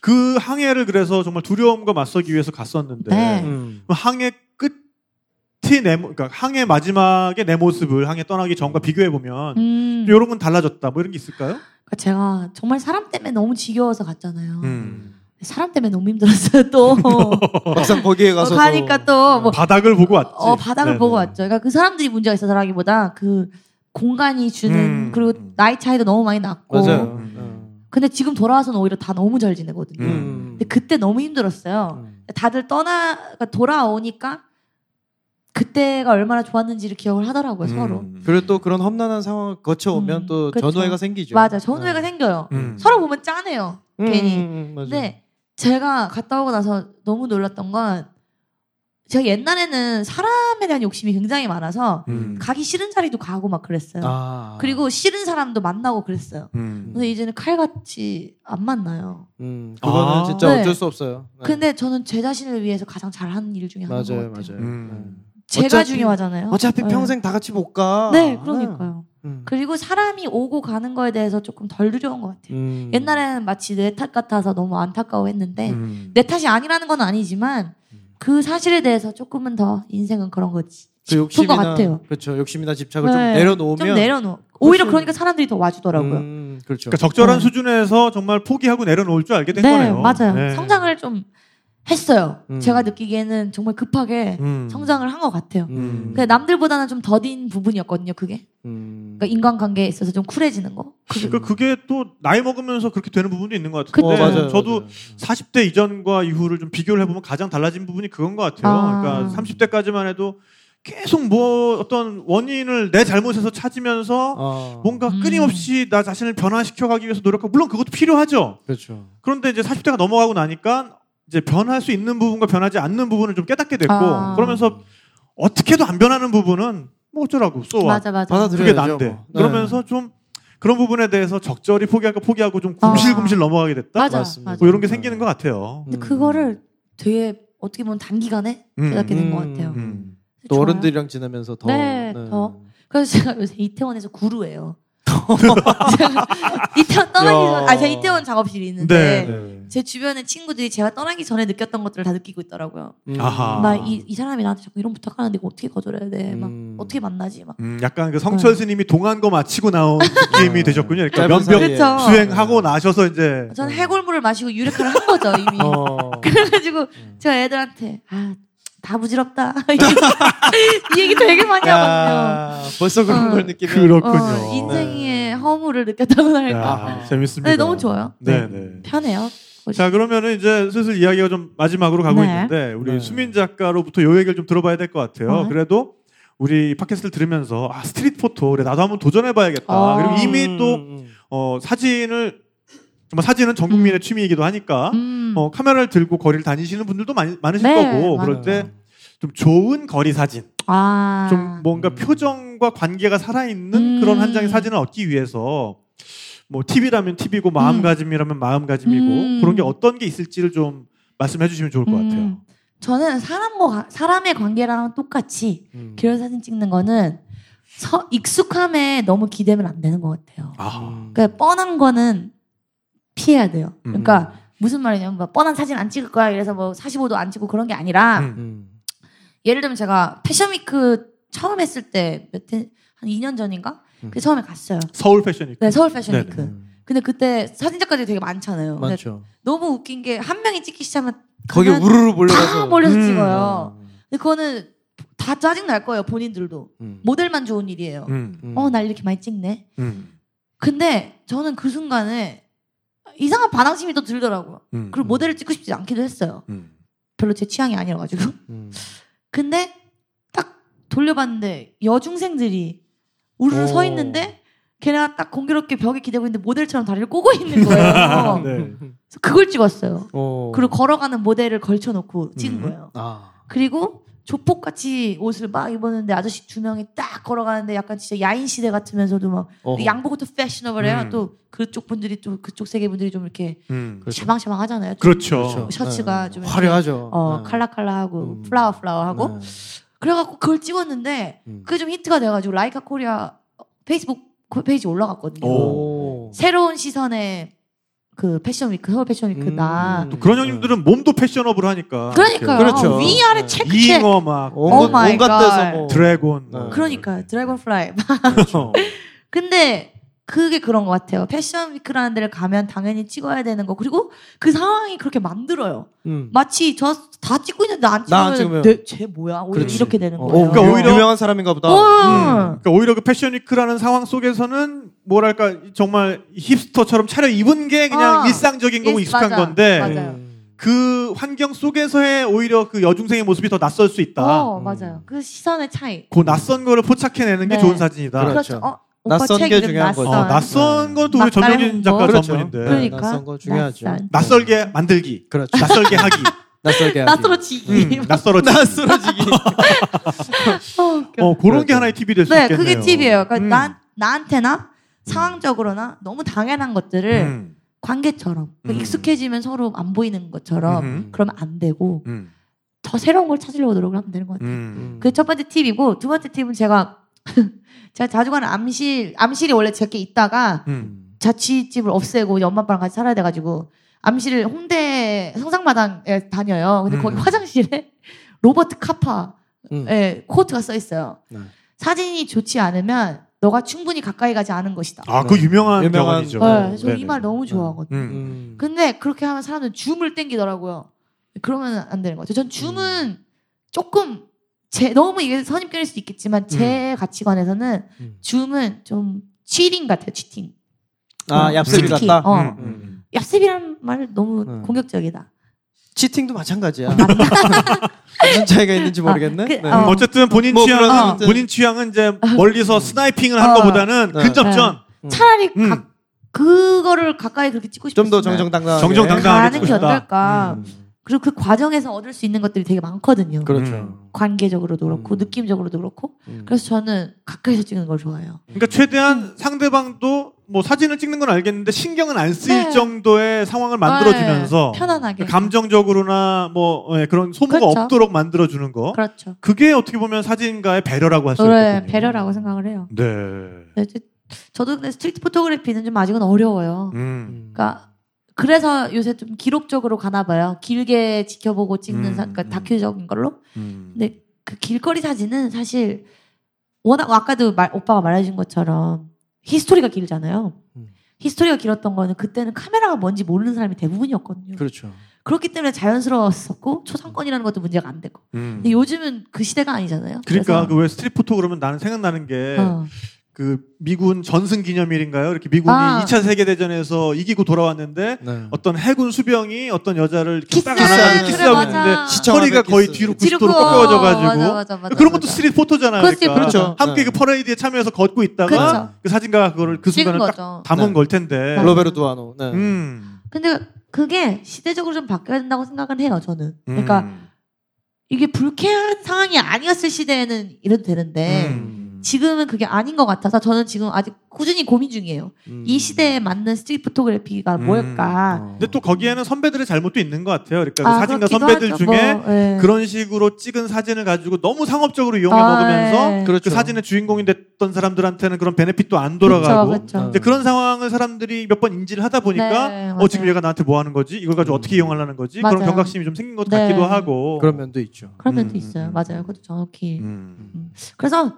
그 항해를 그래서 정말 두려움과 맞서기 위해서 갔었는데
네.
음.
항해 끝이 내 모- 그러니까 항해 마지막에 내 모습을 항해 떠나기 전과 비교해 보면
음,
이런 건 달라졌다 뭐 이런 게 있을까요?
그러니까 제가 정말 사람 때문에 너무 지겨워서 갔잖아요.
음.
사람 때문에 너무 힘들었어요. 또
막상 거기에
어,
가서
가니까 또 뭐
바닥을 보고 왔지.
어,
음.
바닥을
네네.
보고 왔죠. 그러니까 그 사람들이 문제가 있어서라기보다 그 공간이 주는
음.
그리고 나이 차이도 너무 많이 났고.
맞아요.
음.
근데 지금 돌아와서는 오히려 다 너무 잘 지내거든요.
음.
근데 그때 너무 힘들었어요.
음.
다들 떠나 그러니까 돌아오니까 그때가 얼마나 좋았는지를 기억을 하더라고요 서로.
음.
그리고 또 그런 험난한 상황을 거쳐오면
음,
또
그렇죠.
전후회가 생기죠.
맞아 전후회가
네.
생겨요.
음.
서로 보면 짠해요.
음,
괜히. 네.
음, 음, 맞아요.
근데 제가 갔다 오고 나서 너무 놀랐던 건 제가 옛날에는 사람에 대한 욕심이 굉장히 많아서
음.
가기 싫은 자리도 가고 막 그랬어요.
아.
그리고 싫은 사람도 만나고 그랬어요.
음.
근데 이제는 칼같이 안 만나요.
음, 그거는
아.
진짜 어쩔
네.
수 없어요. 네.
근데 저는 제 자신을 위해서 가장 잘하는 일 중에 하나인
맞아요,
것 같아요.
맞아요.
음.
제가
어차피-
중요하잖아요.
어차피 아,
네.
평생 다 같이 못 가.
네, 그러니까요.
음.
그리고 사람이 오고 가는 거에 대해서 조금 덜 두려운 것 같아요.
음.
옛날에는 마치 내 탓 같아서 너무 안타까워했는데
음.
내 탓이 아니라는 건 아니지만 그 사실에 대해서 조금은 더 인생은 그런 거지.
그
싶은 것
욕심이나
같아요.
그렇죠. 욕심이나 집착을
네.
좀 내려놓으면
좀 내려놓. 오히려
훨씬-
그러니까 사람들이 더 와주더라고요.
음, 그렇죠.
그러니까 적절한
네.
수준에서 정말 포기하고 내려놓을 줄 알게 된
네,
거네요.
맞아요.
네.
성장을 좀 했어요.
음.
제가 느끼기에는 정말 급하게
음.
성장을 한 것 같아요.
음.
근데 남들보다는 좀 더딘 부분이었거든요, 그게.
음.
그러니까 인간관계에 있어서 좀 쿨해지는 거.
그러니까 그게 또 나이 먹으면서 그렇게 되는 부분도 있는 것 같은데
그쵸. 어, 맞아요,
네, 저도
맞아요.
40대 이전과 이후를 좀 비교를 해보면 가장 달라진 부분이 그건 것 같아요.
아.
그러니까 30대까지만 해도 계속 뭐 어떤 원인을 내 잘못에서 찾으면서
어.
뭔가
음.
끊임없이 나 자신을 변화시켜가기 위해서 노력하고 물론 그것도 필요하죠.
그렇죠.
그런데 이제 40대가 넘어가고 나니까 이제 변할 수 있는 부분과 변하지 않는 부분을 좀 깨닫게 됐고
아.
그러면서 뭐 어떻게도 안 변하는 부분은 뭐 어쩌라고 쏘와
맞아 맞아.
받아들여야죠.
그게 난데
뭐. 네.
그러면서 좀 그런 부분에 대해서 적절히 포기할까 포기하고 좀 굶실굶실 넘어가게 됐다
맞아.
맞습니다.
맞아.
뭐 이런 게 생기는 것 같아요.
근데
음.
그거를 되게 어떻게 보면 단기간에
음.
깨닫게 된 것
음.
같아요.
음.
또
좋아요.
어른들이랑 지내면서 더.
네, 더. 그래서 제가 요새 이태원에서 구루예요. 제가 이태원 떠나기
야.
전, 아 제가 이태원 작업실이 있는데
네,
제 주변에 친구들이 제가 떠나기 전에 느꼈던 것들을 다 느끼고 있더라고요.
음.
아하.
막 이 이 사람이 나한테 자꾸 이런 부탁하는데 이거 어떻게 거절해야 돼? 막
음.
어떻게 만나지? 막
음, 약간 그 성철 스님이 동안거 마치고 나온 느낌이 되셨군요. 그러니까
짧은
면벽
사이에.
그쵸.
수행하고 나셔서 이제
전 해골물을 마시고 유레카를 한 거죠 이미.
어.
그래가지고
음.
제가 애들한테 아 다 부질없다 이 얘기 되게 많이 하거든요.
야, 벌써 그런
어.
걸 느끼면.
어, 인생의 허물을 느꼈다고 할까.
네. 야, 네. 아, 재밌습니다.
네, 너무 좋아요.
네, 네.
편해요.
자 그러면은 이제 슬슬 이야기가 좀 마지막으로 가고
그렇죠. 네.
있는데 우리
네.
수민 작가로부터 요 얘기를 좀 들어봐야 될 것 같아요.
어.
그래도 우리 팟캐스트를 들으면서 아 스트릿 포토 그래 나도 한번 도전해봐야겠다.
어.
그리고 이미 또
음, 음.
어, 사진을 정말 사진은 전 국민의 취미이기도 하니까
음.
어, 카메라를 들고 거리를 다니시는 분들도 많이, 많으실
네,
거고
맞아요.
그럴 때 좀 좋은 거리 사진,
아.
좀 뭔가
음.
표정과 관계가 살아있는
음.
그런 한 장의 사진을 얻기 위해서 뭐 팁이라면 팁이고 마음가짐이라면 마음가짐이고
음.
그런 게 어떤 게 있을지를 좀 말씀해 주시면 좋을 것 같아요.
음. 저는 사람과 가- 사람의 관계랑 똑같이
음.
결혼 사진 찍는 거는 서, 익숙함에 너무 기대면 안 되는 것 같아요.
아,
그러니까 뻔한 거는 피해야 돼요.
음.
그러니까 무슨 말이냐면 뭐 뻔한 사진 안 찍을 거야. 이래서 뭐 45도 안 찍고 그런 게 아니라
음.
음.
예를 들면 제가 패션 위크 처음 했을 때몇한 2년 전인가?
음.
그 처음에 갔어요.
서울 패션이
네, 서울 패션
네,
위크.
음.
근데 그때 사진작가들이 되게 많잖아요. 근데
많죠.
너무 웃긴 게 한 명이 찍기 시작하면
거기
그냥
우르르 몰려가서.
다 몰려서
음.
찍어요. 근데 그거는 다 짜증 날 거예요 본인들도
음.
모델만 좋은 일이에요.
음,
음.
뭐- 어 날 이렇게 많이 찍네.
음,
근데 저는 그 순간에 이상한 반항심이 또 들더라고요.
음,
음.
그리고 뭐 모델을 찍고 싶지 않기도 했어요.
음.
별로 제 취향이 아니라 가지고.
음.
근데 딱 돌려봤는데 여중생들이 우르르
오.
서 있는데 걔네가 딱 공교롭게 벽에 기대고 있는데 모델처럼 다리를 꼬고 있는 거예요.
네.
그래서 그걸 찍었어요.
어.
그리고 걸어가는 모델을 걸쳐놓고 찍은
음.
거예요.
아.
그리고 조폭같이 옷을 막 입었는데 아저씨 두 명이 딱 걸어가는데 약간 진짜 야인 시대 같으면서도 막그
어허.
양복도 패셔너블해요.
음.
또 그쪽 분들이 좀 그쪽 세계 분들이 좀 이렇게
음.
그렇죠.
샤방샤방하잖아요. 좀
그렇죠.
어, 셔츠가
네.
좀
화려하죠.
어
네.
칼라칼라하고
음.
플라워 플라워하고
네.
그래갖고 그걸 찍었는데
음.
그게 좀 히트가 돼가지고 라이카 코리아 어, 페이스북 코- 페이지 올라갔거든요.
오.
새로운 시선의 그 패션 위크 서울 패션 위크다.
음.
또 그런 형님들은 몸도 패션업을 하니까
그러니까요. 어,
그렇죠.
위아래
네.
체크 체크.
이잉어 막
Oh
온갖,
my
온갖 데서
God.
뭐.
드래곤 어.
네.
그러니까요. 드래곤 플라이. 근데 그게 그런 것 같아요. 패션 위크라는 데를 가면 당연히 찍어야 되는 거. 그리고 그 상황이 그렇게 만들어요.
음.
마치 저 다 찍고 있는데 나안
나안 찍으면.
찍으면, 내- 쟤 뭐야? 오히려
그렇지.
이렇게 되는
어,
거예요.
그러니까
오히려-
오히려 음, 유명한 사람인가 보다.
어.
그러니까 오히려 그 패션위크라는 상황 속에서는 뭐랄까 정말 힙스터처럼 차려 입은 게 그냥
아,
일상적인 거고
예,
익숙한
맞아,
건데
맞아.
음.
그 환경 속에서의 오히려 그 여중생의 모습이 더 낯설 수 있다.
음.
어, 맞아요. 그 시선의 차이.
그 낯선 거를 포착해내는 게
네.
좋은 사진이다.
그래.
그렇죠.
그렇죠.
어, 오빠
낯선
책
게
이름
중요한
낯선.
거죠.
어, 낯선 건 또 우리
낯선
전용진 작가
거.
그렇죠.
전문인데
뭐. 그러니까.
낯선 거 중요하죠.
낯선.
낯설게 만들기,
그렇죠.
낯설게 하기,
낯설게 하기.
낯설어지기.
음, 낯설어지기.
낯설어지기.
어, 웃겨.
어, 그런 게
그렇죠.
하나의 팁이 될 수
네,
있겠네요.
그게 팁이에요. 그러니까
음.
난, 나한테나 상황적으로나 너무 당연한 것들을
음,
관계처럼
음.
익숙해지면 서로 안 보이는 것처럼
음.
그러면 안 되고
음,
더 새로운 걸 찾으려고 노력을 하면 되는 것 같아요.
음,
그게 첫 번째 팁이고 두 번째 팁은 제가 제가 자주 가는 암실 암실이 원래 제게 있다가
음.
자취집을 없애고 엄마 아빠랑 같이 살아야 돼가지고 암실을 홍대 성상마당에 다녀요. 근데
음.
거기 화장실에 로버트 카파의
음.
예, 코트가 써 있어요.
네.
사진이 좋지 않으면 너가 충분히 가까이 가지 않은 것이다.
아, 그 유명한,
네. 유명한-
명언이죠.
네, 저
네네.
이 말 너무 좋아하거든요.
음.
음.
근데 그렇게 하면 사람들 줌을 땡기더라고요. 그러면 안 되는 것 같아요. 전 줌은
음.
조금 제 너무 이게 선입견일 수도 있겠지만 제
음.
가치관에서는
음.
줌은 좀 치팅 같아요. 치팅.
아,
어,
얍삽이
치팅.
같다.
어.
음.
음.
얍셉이라는 말 너무
음.
공격적이다.
치팅도 마찬가지야. 무슨 차이가 있는지 모르겠네.
어, 그,
네.
어.
음, 어쨌든 본인
뭐
취향은
그런 어쨌든.
본인 취향은 이제 멀리서 스나이핑을 한
어.
것보다는
네.
근접전
음.
차라리
음.
가- 그거를 가까이 그렇게 찍고 싶었으면
좀더 음. 정정당당.
정정당당하게
가는
찍고
게
싶다. 음.
어떨까. 그리고 그 과정에서 얻을 수 있는 것들이 되게 많거든요.
그렇죠.
관계적으로도 그렇고
음.
느낌적으로도 그렇고.
음.
그래서 저는 가까이서 찍는 걸 좋아해요.
그러니까
음.
최대한 상대방도 뭐 사진을 찍는 건 알겠는데 신경은 안 쓰일
네.
정도의 상황을 만들어주면서
네, 편안하게.
감정적으로나 뭐 예, 그런 소모가
그렇죠.
없도록 만들어주는 거.
그렇죠.
그게 어떻게 보면 사진가의 배려라고 할 수
그래,
있겠군요.
배려라고 생각을 해요.
네.
네, 이제 저도 근데 스트리트 포토그래피는 좀 아직은 어려워요.
음.
그러니까 그래서 요새 좀 기록적으로 가나 봐요. 길게 지켜보고 찍는 사-
음,
그러니까
음.
다큐적인 걸로.
음.
근데 그 길거리 사진은 사실 워낙 아까도 말- 오빠가 말해준 것처럼 히스토리가 길잖아요.
음.
히스토리가 길었던 거는 그때는 카메라가 뭔지 모르는 사람이 대부분이었거든요.
그렇죠.
그렇기 때문에 자연스러웠었고 초상권이라는 것도 문제가 안 되고.
음.
근데 요즘은 그 시대가 아니잖아요.
그러니까
그래서-
그 왜 스트릿 포토 그러면 나는 생각나는 게 그
어.
미군 전승 기념일인가요? 이렇게 미군이
아.
2차 세계 대전에서 이기고 돌아왔는데
네.
어떤 해군 수병이 어떤 여자를 이렇게 딱
키스!
안아가지고
그래,
키스하고
맞아.
있는데
시청
허리가
앞에
거의
키스.
뒤로 90도로
지르고-
꺾어져가지고
맞아, 맞아, 맞아,
그 그런 것도
맞아.
스트릿 포토잖아요.
그렇지,
그러니까
그렇죠.
함께 그
네.
퍼레이드에 참여해서 걷고 있다가
그렇죠.
그 사진가가 그거를 그
찍은
순간을 딱
거죠.
담은
네.
걸 텐데.
맞아.
로베르 두아노. 네.
음.
근데 그게 시대적으로 좀 바뀌어야 된다고 생각은 해요, 저는. 그러니까
음.
이게 불쾌한 상황이 아니었을 시대에는 이래도 되는데
음.
지금은 그게 아닌 것 같아서 저는 지금 아직 꾸준히 고민 중이에요.
음.
이 시대에 맞는 스트릿 포토그래피가
음.
뭘까?
어.
근데 또 거기에는 선배들의 잘못도 있는 것 같아요. 그러니까 그
아,
사진가
그렇기도
선배들
하죠.
중에
뭐, 예.
그런 식으로 찍은 사진을 가지고 너무 상업적으로 이용해
아,
먹으면서
예.
그
그렇죠.
사진의 주인공이 됐던 사람들한테는 그런 베네핏도 안 돌아가고
그쵸, 그쵸.
이제 그런 상황을 사람들이 몇 번 인지를 하다 보니까
네,
어 지금
맞아요.
얘가 나한테 뭐 하는 거지 이걸 가지고
음.
어떻게 이용하려는 거지 그런
맞아요.
경각심이 좀 생긴 것
네.
같기도 하고
그런 면도 있죠.
그런 면도
음,
있어요.
음,
맞아요.
음.
그것도 정확히.
음.
그래서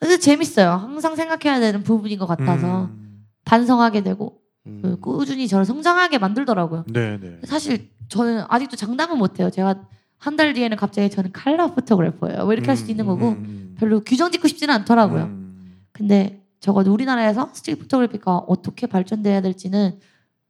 근데 재밌어요. 항상 생각해야 되는 부분인 것 같아서
음.
반성하게 되고
음.
그 꾸준히 저를 성장하게 만들더라고요.
네네
사실 저는 아직도 장담은 못해요. 제가 한 달 뒤에는 갑자기 저는 칼라 포토그래퍼예요. 뭐 이렇게 할
음,
음,
수도 있는 거고 별로 규정 짓고 싶지는 않더라고요. 근데 적어도 우리나라에서 스트릿 포토그래피가 어떻게 발전돼야 될지는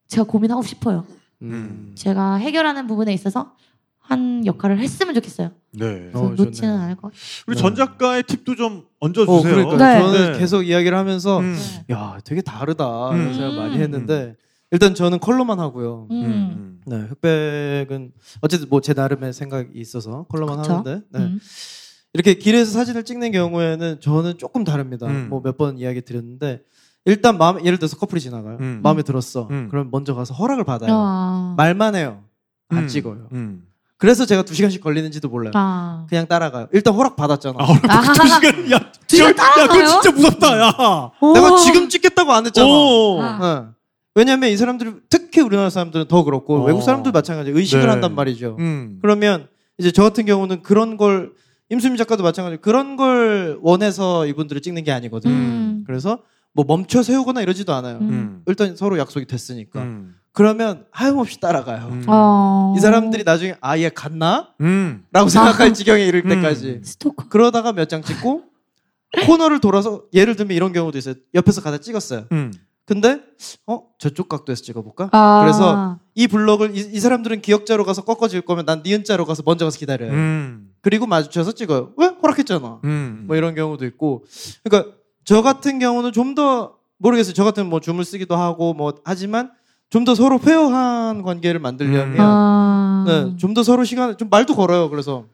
제가 고민하고 싶어요.
음.
제가 해결하는 부분에 있어서 한 역할을 했으면 좋겠어요.
네
그래서
어, 좋네요.
놓지는 않을 것 같아요.
우리
네.
전 작가의 팁도 좀
어,
얹어주세요.
그러니까
네.
저는
네.
계속 이야기를 하면서
음.
야, 되게 다르다
음.
이런 생각 많이 했는데 일단 저는 컬러만 하고요.
음.
음.
네, 흑백은 어쨌든 뭐 제 나름의 생각이 있어서 컬러만
그쵸?
하는데 네.
음.
이렇게 길에서 사진을 찍는 경우에는 저는 조금 다릅니다.
음.
뭐 몇 번 이야기 드렸는데 일단 마음 예를 들어서 커플이 지나가요.
음.
마음에 들었어.
음.
그럼 먼저 가서 허락을 받아요.
아.
말만 해요. 안
음.
찍어요.
음.
그래서 제가 두 시간씩 걸리는지도 몰라요.
아.
그냥 따라가요. 일단 허락 받았잖아.
아, 얼굴
아하.
두 시간 야,
진짜
야, 야, 그거
따라가요?
진짜 무섭다, 야.
내가 지금 찍겠다고 안 했잖아.
오.
아.
어. 왜냐면 이 사람들이 특히 우리나라 사람들은 더 그렇고
어.
외국 사람도 마찬가지 의식을
네.
한단 말이죠.
음.
그러면 이제 저 같은 경우는 그런 걸 임수민 작가도 마찬가지로 그런 걸 원해서 이분들을 찍는 게 아니거든요.
음.
그래서 뭐 멈춰 세우거나 이러지도 않아요.
음.
일단 서로 약속이 됐으니까.
음.
그러면 하염없이 따라가요.
음.
어.
이 사람들이 나중에 아예 갔나?
음.
아.
라고 생각할 지경에 이를 때까지.
음.
스토커.
그러다가 몇 장 찍고 코너를 돌아서 예를 들면 이런 경우도 있어요. 옆에서 가다 찍었어요.
음.
근데 어 저쪽 각도에서 찍어볼까?
아.
그래서 이 블럭을 이, 이 사람들은 기억자로 가서 꺾어질 거면 난 니은자로 가서 먼저 가서 기다려요.
음.
그리고 마주쳐서 찍어요. 왜 허락했잖아.
음.
뭐 이런 경우도 있고. 그러니까 저 같은 경우는 좀 더 모르겠어요. 저 같은 뭐 줌을 쓰기도 하고 뭐 하지만 좀 더 서로 페어한 관계를 만들려면
아.
네, 좀 더 서로 시간 좀 말도 걸어요. 그래서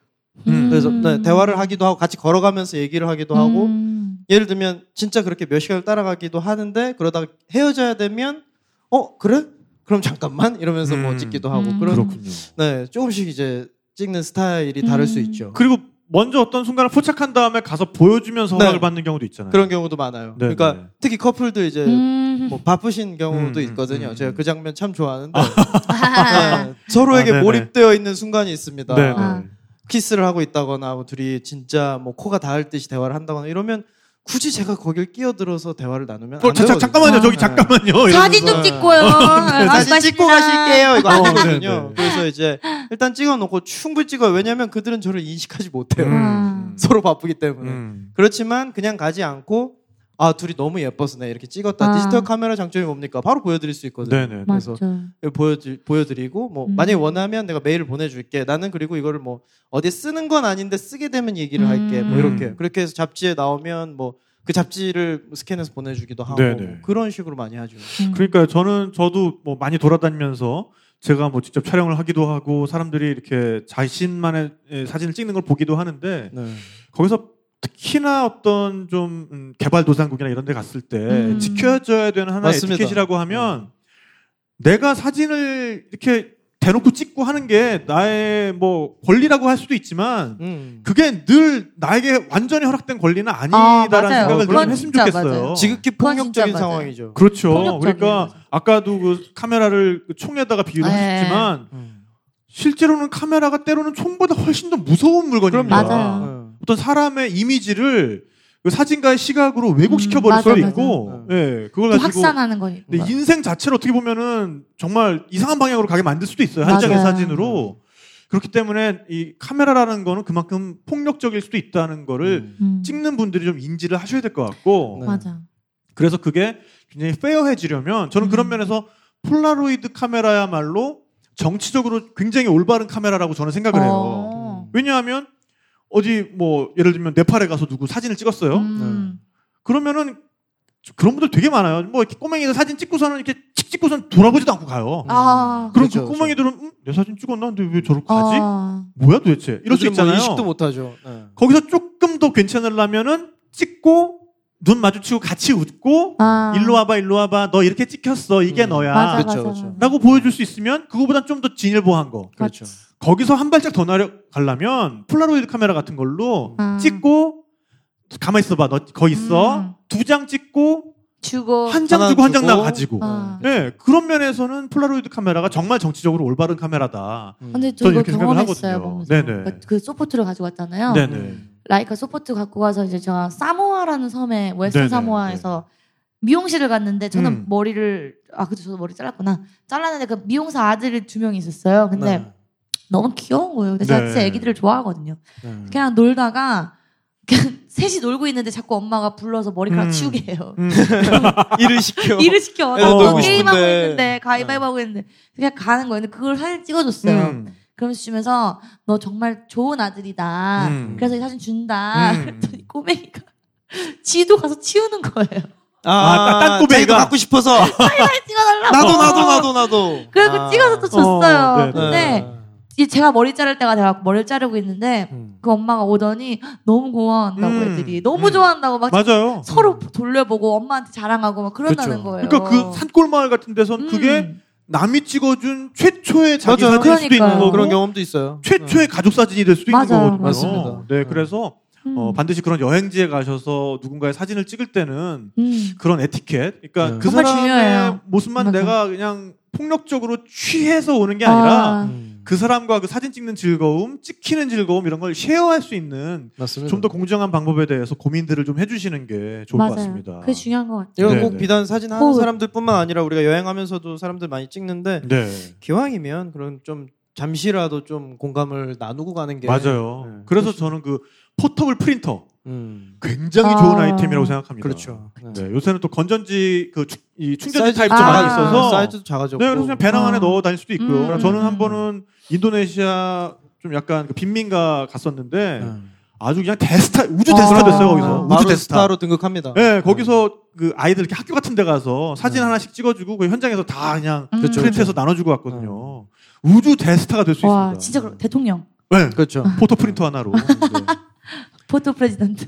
음.
그래서 네, 대화를 하기도 하고 같이 걸어가면서 얘기를 하기도 하고
음.
예를 들면 진짜 그렇게 몇 시간을 따라가기도 하는데 그러다가 헤어져야 되면 어 그래? 그럼 잠깐만 이러면서 뭐
음.
찍기도 하고
음.
그런
그렇군요.
네 조금씩 이제 찍는 스타일이 다를 수
음.
있죠.
그리고 먼저 어떤 순간을 포착한 다음에 가서 보여주면서 허락을
네.
받는 경우도 있잖아요.
그런 경우도 많아요.
네,
그러니까
네.
특히 커플들 이제
음.
뭐 바쁘신 경우도
음,
있거든요.
음, 음.
제가 그 장면 참 좋아하는데 네, 서로에게
아, 네네.
몰입되어 있는 순간이 있습니다.
네, 네.
아.
키스를 하고 있다거나 뭐 둘이 진짜 뭐 코가 닿을 듯이 대화를 한다거나 이러면 굳이 제가 거길 끼어들어서 대화를 나누면
어,
안
자, 자,
되거든요.
잠깐만요,
아.
저기 잠깐만요. 이러면서.
사진 좀 찍고요. 네,
사진 찍고 가실게요. 이거
어,
안
아, 네네.
되거든요. 그래서 이제 일단 찍어놓고 충분히 찍어요. 왜냐면 그들은 저를 인식하지 못해요.
음.
서로 바쁘기 때문에.
음.
그렇지만 그냥 가지 않고 아 둘이 너무 예뻐서 내 이렇게 찍었다.
아.
디지털 카메라 장점이 뭡니까? 바로 보여드릴 수 있거든요.
네네.
그래서
맞죠.
보여드, 보여드리고 뭐
음.
만약에 원하면 내가 메일을 보내줄게. 나는 그리고 이거를 뭐 어디 쓰는 건 아닌데 쓰게 되면 얘기를 할게. 뭐
음.
이렇게 그렇게 해서 잡지에 나오면 뭐 그 잡지를 스캔해서 보내주기도 하고
네네.
뭐 그런 식으로 많이 하죠.
음.
그러니까 저는 저도 뭐 많이 돌아다니면서 제가 뭐 직접 촬영을 하기도 하고 사람들이 이렇게 자신만의 예, 사진을 찍는 걸 보기도 하는데
네.
거기서 특히나 어떤 좀 음, 개발도상국이나 이런 데 갔을 때
음.
지켜져야 되는 하나의
맞습니다.
에티켓이라고 하면 내가 사진을 이렇게 대놓고 찍고 하는 게 나의 뭐 권리라고 할 수도 있지만
음.
그게 늘 나에게 완전히 허락된 권리는 아니다라는
맞아요.
생각을 좀
그건
했으면
진짜
좋겠어요.
맞아요.
지극히
그건 진짜
폭력적인
맞아요.
상황이죠.
그렇죠.
폭력적이에요,
그러니까
맞아요.
아까도 그 카메라를 그 총에다가 비유를
네.
하셨지만
음.
실제로는 카메라가 때로는 총보다 훨씬 더 무서운 물건입니다.
그럼요. 맞아요.
음.
어떤 사람의 이미지를 그 사진가의 시각으로 왜곡시켜 버릴
음,
수도
맞아,
있고,
맞아.
예, 그걸
또
가지고
확산하는 거니까.
근데 인생 자체를 어떻게 보면은 정말 이상한 방향으로 가게 만들 수도 있어요. 한 장의
맞아요. 음.
사진으로. 그렇기 때문에 이 카메라라는 거는 그만큼 폭력적일 수도 있다는 거를
음.
찍는 분들이 좀 인지를 하셔야 될 것 같고,
네.
맞아.
그래서 그게 굉장히 페어해지려면 저는 그런
음.
면에서 폴라로이드 카메라야말로 정치적으로 굉장히 올바른 카메라라고 저는
아,
생각을 해요.
어.
왜냐하면 어디 뭐 예를 들면 네팔에 가서 누구 사진을 찍었어요.
음.
그러면은 그런 분들 되게 많아요. 뭐 이렇게 꼬맹이들 사진 찍고서는 이렇게 칙 찍고선 돌아보지도 않고 가요.
아.
그럼 그
음. 그렇죠,
꼬맹이들은 음, 내 사진 찍었나? 근데 왜 저러고 가지?
아.
뭐야 도대체? 이럴 수
요즘 뭐
있잖아요.
인식도 못하죠. 네.
거기서 조금 더 괜찮으려면은 찍고 눈 마주치고 같이 웃고
아.
일로 와봐 일로 와봐 너 이렇게 찍혔어 이게
음,
너야
맞아,
그쵸,
맞아,
그쵸.
맞아.
라고 보여줄 수 있으면 그거보단 좀 더 진일보한 거
그렇죠.
거기서 한 발짝 더 나가려면 폴라로이드 카메라 같은 걸로
음.
찍고 가만 있어봐 너 거기 있어
음. 어.
두 장 찍고
주고.
한 장
하나
주고 한 장
주고.
나 가지고
아.
예 그런 면에서는 폴라로이드 카메라가 정말 정치적으로 올바른 카메라다
음.
근데 저
저는
이거
이렇게 생각을
경험했어요.
하거든요.
보면서.
네네.
그러니까 그 소포트를 가지고 왔잖아요.
네네.
음.
라이카 소포트 갖고 가서 이제 제가 사모아라는 섬에 웨스턴
네네,
사모아에서 미용실을 갔는데 저는
음.
머리를 아 그때 저도 머리 잘랐구나 잘랐는데 그 미용사 아들이 두 명 있었어요.
네.
근데 너무 귀여운 거예요. 근데 제가
네.
진짜 애기들을 좋아하거든요.
네.
그냥 놀다가 그냥 셋이 놀고 있는데 자꾸 엄마가 불러서 머리카락
음.
치우게 해요.
음.
일을 시켜.
일을 시켜.
애들
나
놀고 네.
게임하고
싶은데.
있는데 가위바위보 하고 있는데 그냥 가는 거예요. 근데 그걸 사진 찍어줬어요.
음.
그러면서 주면서 너 정말 좋은 아들이다.
음.
그래서 이 사진 준다.
음.
그랬더니 꼬맹이가 지도 가서 치우는 거예요.
아, 딴 꼬맹이가.
자기도 갖고 싶어서
빨리 찍어달라고.
나도 나도 나도 나도.
그래서
네. 아.
찍어서 또 줬어요.
어, 네, 네.
근데 이제 제가 머리 자를 때가 돼갖고 머리를 자르고 있는데
음.
그 엄마가 오더니 너무 고마워한다고
음.
애들이 너무
음.
좋아한다고 막
맞아요.
서로 돌려보고 엄마한테 자랑하고 막 그런다는
그쵸.
거예요.
그러니까 그 산골 마을 같은 데선
음.
그게 남이 찍어준 최초의 자기
맞아요.
사진일 수도 있는
그러니까요.
거고
뭐 그런 경험도 있어요. 네.
최초의 가족 사진이 될 수도 있는
맞아요.
거거든요.
맞습니다.
네,
네.
그래서
음.
어, 반드시 그런 여행지에 가셔서 누군가의 사진을 찍을 때는
음.
그런 에티켓, 그러니까
네.
그
정말
사람의
중요해요.
모습만
맞아.
내가 그냥 폭력적으로 취해서 오는 게 아니라
아.
음.
그 사람과 그 사진 찍는 즐거움, 찍히는 즐거움 이런 걸 쉐어할 수 있는
맞습니다.
좀 더 공정한 방법에 대해서 고민들을 좀 해주시는 게 좋을
맞아요.
것 같습니다.
그게 중요한 것 같아요.
이건
네,
꼭
네.
비단 사진 하는
어.
사람들뿐만 아니라 우리가 여행하면서도 사람들 많이 찍는데
네,
기왕이면 그런 좀 잠시라도 좀 공감을 나누고 가는 게
맞아요.
네.
그래서 저는 그 포터블 프린터
음.
굉장히
아.
좋은 아이템이라고 생각합니다.
그렇죠.
네, 요새는 또 건전지 그 충- 이 충전지
사이즈-
타입
아.
도 많이 있어서
사이즈도 뭐 작아졌고.
네, 그래서 그냥 배낭 안에
아.
넣어 다닐 수도 있고요.
음.
저는 한 번은 인도네시아 좀 약간 그 빈민가 갔었는데
음.
아주 그냥 대스타 우주 대스타
아.
됐어요
아.
거기서 우주
바로
대스타.
스타로 등극합니다.
네, 거기서 그 아이들 이렇게 학교 같은 데 가서 사진
음.
하나씩 찍어주고 그 현장에서 다 그냥
음.
그렇죠,
프린트해서 나눠주고 왔거든요. 우주 대스타가 될 수
와
있습니다.
진짜 그러, 대통령
네,
그렇죠.
포토 프린터 하나로 네.
포토 프레지던트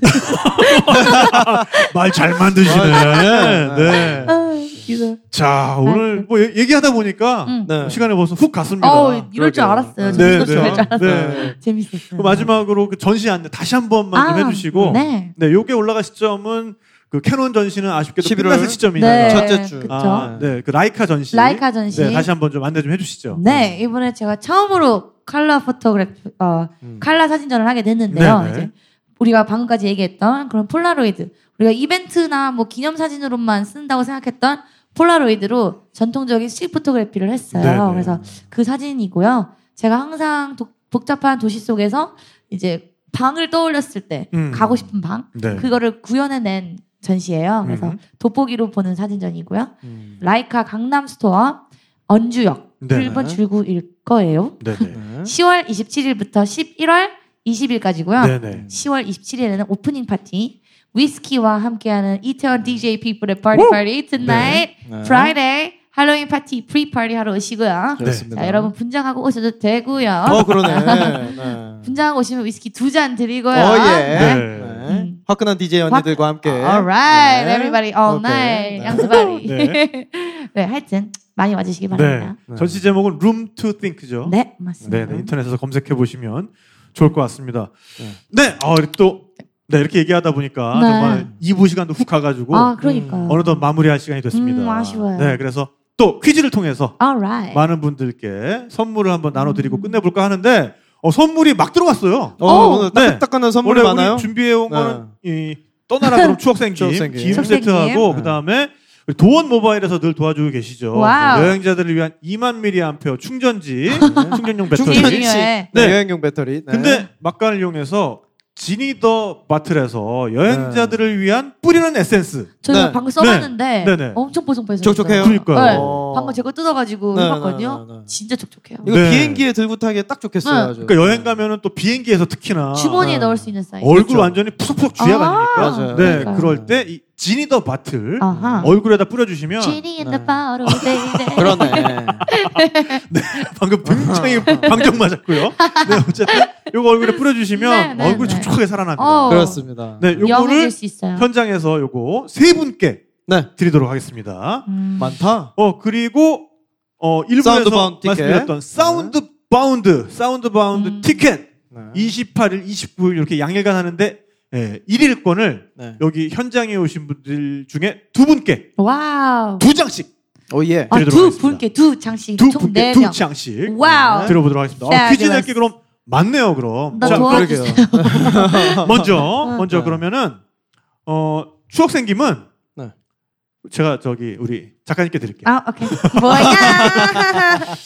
말 잘 만드시네.
아,
네.
아, 이거.
자 오늘 뭐 얘- 얘기하다 보니까
음.
네.
시간이 벌써 훅 갔습니다.
어 이럴
그러게요.
줄
네,
알았어요. 네, 네.
네.
줄 알았어요.
네.
재밌었어요.
그 마지막으로 그 전시 안내 다시 한 번만 좀
음. 아,
해주시고 네.
네.
요게 올라갈 시점은 그 캐논 전시는 아쉽게도
11월.
끝났을
네.
시점이잖아요.
첫째 주.
그쵸.
아, 네, 그 라이카 전시.
라이카 전시.
네, 다시 한 번 좀 안내 좀 해주시죠.
네, 이번에 제가 처음으로 칼라 포토그래프, 어,
음.
칼라 사진전을 하게 됐는데요.
네네.
이제 우리가 방금까지 얘기했던 그런 폴라로이드, 우리가 이벤트나 뭐 기념 사진으로만 쓴다고 생각했던 폴라로이드로 전통적인 스틱 포토그래피를 했어요.
네네.
그래서 그 사진이고요. 제가 항상 독- 복잡한 도시 속에서 이제 방을 떠올렸을 때
음.
가고 싶은 방,
네.
그거를 구현해낸 전시예요. 그래서
음.
돋보기로 보는 사진전이고요.
음.
라이카 강남 스토어 언주역
네네.
1번 출구일 거예요.
네, 네.
네.
10월 27일부터 11월 20일까지고요.
네, 네.
10월 27일에는 오프닝 파티, 위스키와 함께하는 이태원 DJ 피플의 파티 파티 tonight,
네.
Friday 할로윈 파티 프리 파티 하러 오시고요.
그렇습니다.
자, 여러분 분장하고 오셔도 되고요.
어 그러네. 네.
분장하고 오시면 위스키 두 잔 드리고요.
어, 예.
네.
네.
음.
화끈한 DJ 언니들과
아,
함께.
Alright,
네.
아, everybody, all
오케이.
night,
네.
양수바리.
네.
네. 하여튼 많이 와주시기
네.
바랍니다.
전시 제목은 Room to Think죠.
네, 맞습니다.
네, 네, 인터넷에서 검색해 보시면 좋을 것 같습니다.
네.
네, 어, 이렇게 또 네, 이렇게 얘기하다 보니까
네.
정말 2부 시간도 훅 가가지고
아, 그러니까요.
어느덧 마무리할 시간이 됐습니다.
음, 아쉬워요.
네, 그래서 또 퀴즈를 통해서
Alright.
많은 분들께 선물을 한번 나눠드리고 끝내볼까 하는데 어, 선물이 막 들어왔어요.
어,
오,
오늘
네.
따끈따끈한 선물이
원래
많아요.
우리 준비해온
네.
거는 이 떠나라 그럼 추억생김,
추억생김.
김
추억생김.
세트하고
네.
그다음에 우리 도원 모바일에서 늘 도와주고 계시죠.
와우.
여행자들을 위한 2만 미리암페어 충전지, 충전용 배터리.
충전지. 중요해.
네.
네.
여행용 배터리. 네.
근데 막간을 이용해서 지니 더 바틀에서 여행자들을 위한 뿌리는 에센스.
저희가
네.
방금 써봤는데
네, 네.
엄청 보송보송
촉촉해요?
그러니까요.
어.
방금 제거 뜯어가지고
네,
해봤거든요.
네, 네, 네.
진짜 촉촉해요.
이거
네.
비행기에 들고 타기에 딱 좋겠어요.
네.
아주.
그러니까 여행 가면은 또 비행기에서 특히나
주머니에
네.
넣을 수 있는 사이즈.
아, 얼굴
그렇죠.
완전히 푸석푸석 쥐약
아,
아~ 아닙니까?
맞아요.
네,
그러니까요.
그럴 때 이 지니 더 바틀
아하.
얼굴에다 뿌려주시면
Genie in
네.
the bottle, baby.
그러네.
방금 굉장히 방정 맞았고요. 네, 어쨌든 요거 얼굴에 뿌려주시면
네, 네,
얼굴이
네.
촉촉하게 살아납니다.
어.
그렇습니다.
네,
영해질
요거를
수 있어요.
현장에서 요거 세 분께
네.
드리도록 하겠습니다.
음.
많다.
어 그리고 어 일부에서
사운드 바운드 티켓.
말씀드렸던 사운드 바운드 사운드 바운드
음.
티켓
네.
28일, 29일 이렇게 양일간 하는데 예, 1일권을
네.
여기 현장에 오신 분들 중에 두 분께
와우.
두 장씩
오 예.
아,
드리도록
두
하겠습니다.
분께 두 장씩
두
총
분께
네
두
명.
장씩
와우.
들어보도록 하겠습니다. 아, 퀴즈
Fabulous.
낼게 그럼 맞네요 그럼.
나
자,
좋아.
그러게요.
먼저 먼저
네.
그러면은 어 추억 생김은
네.
제가 저기 우리 작가님께 드릴게요.
아, 오케이. 뭐야?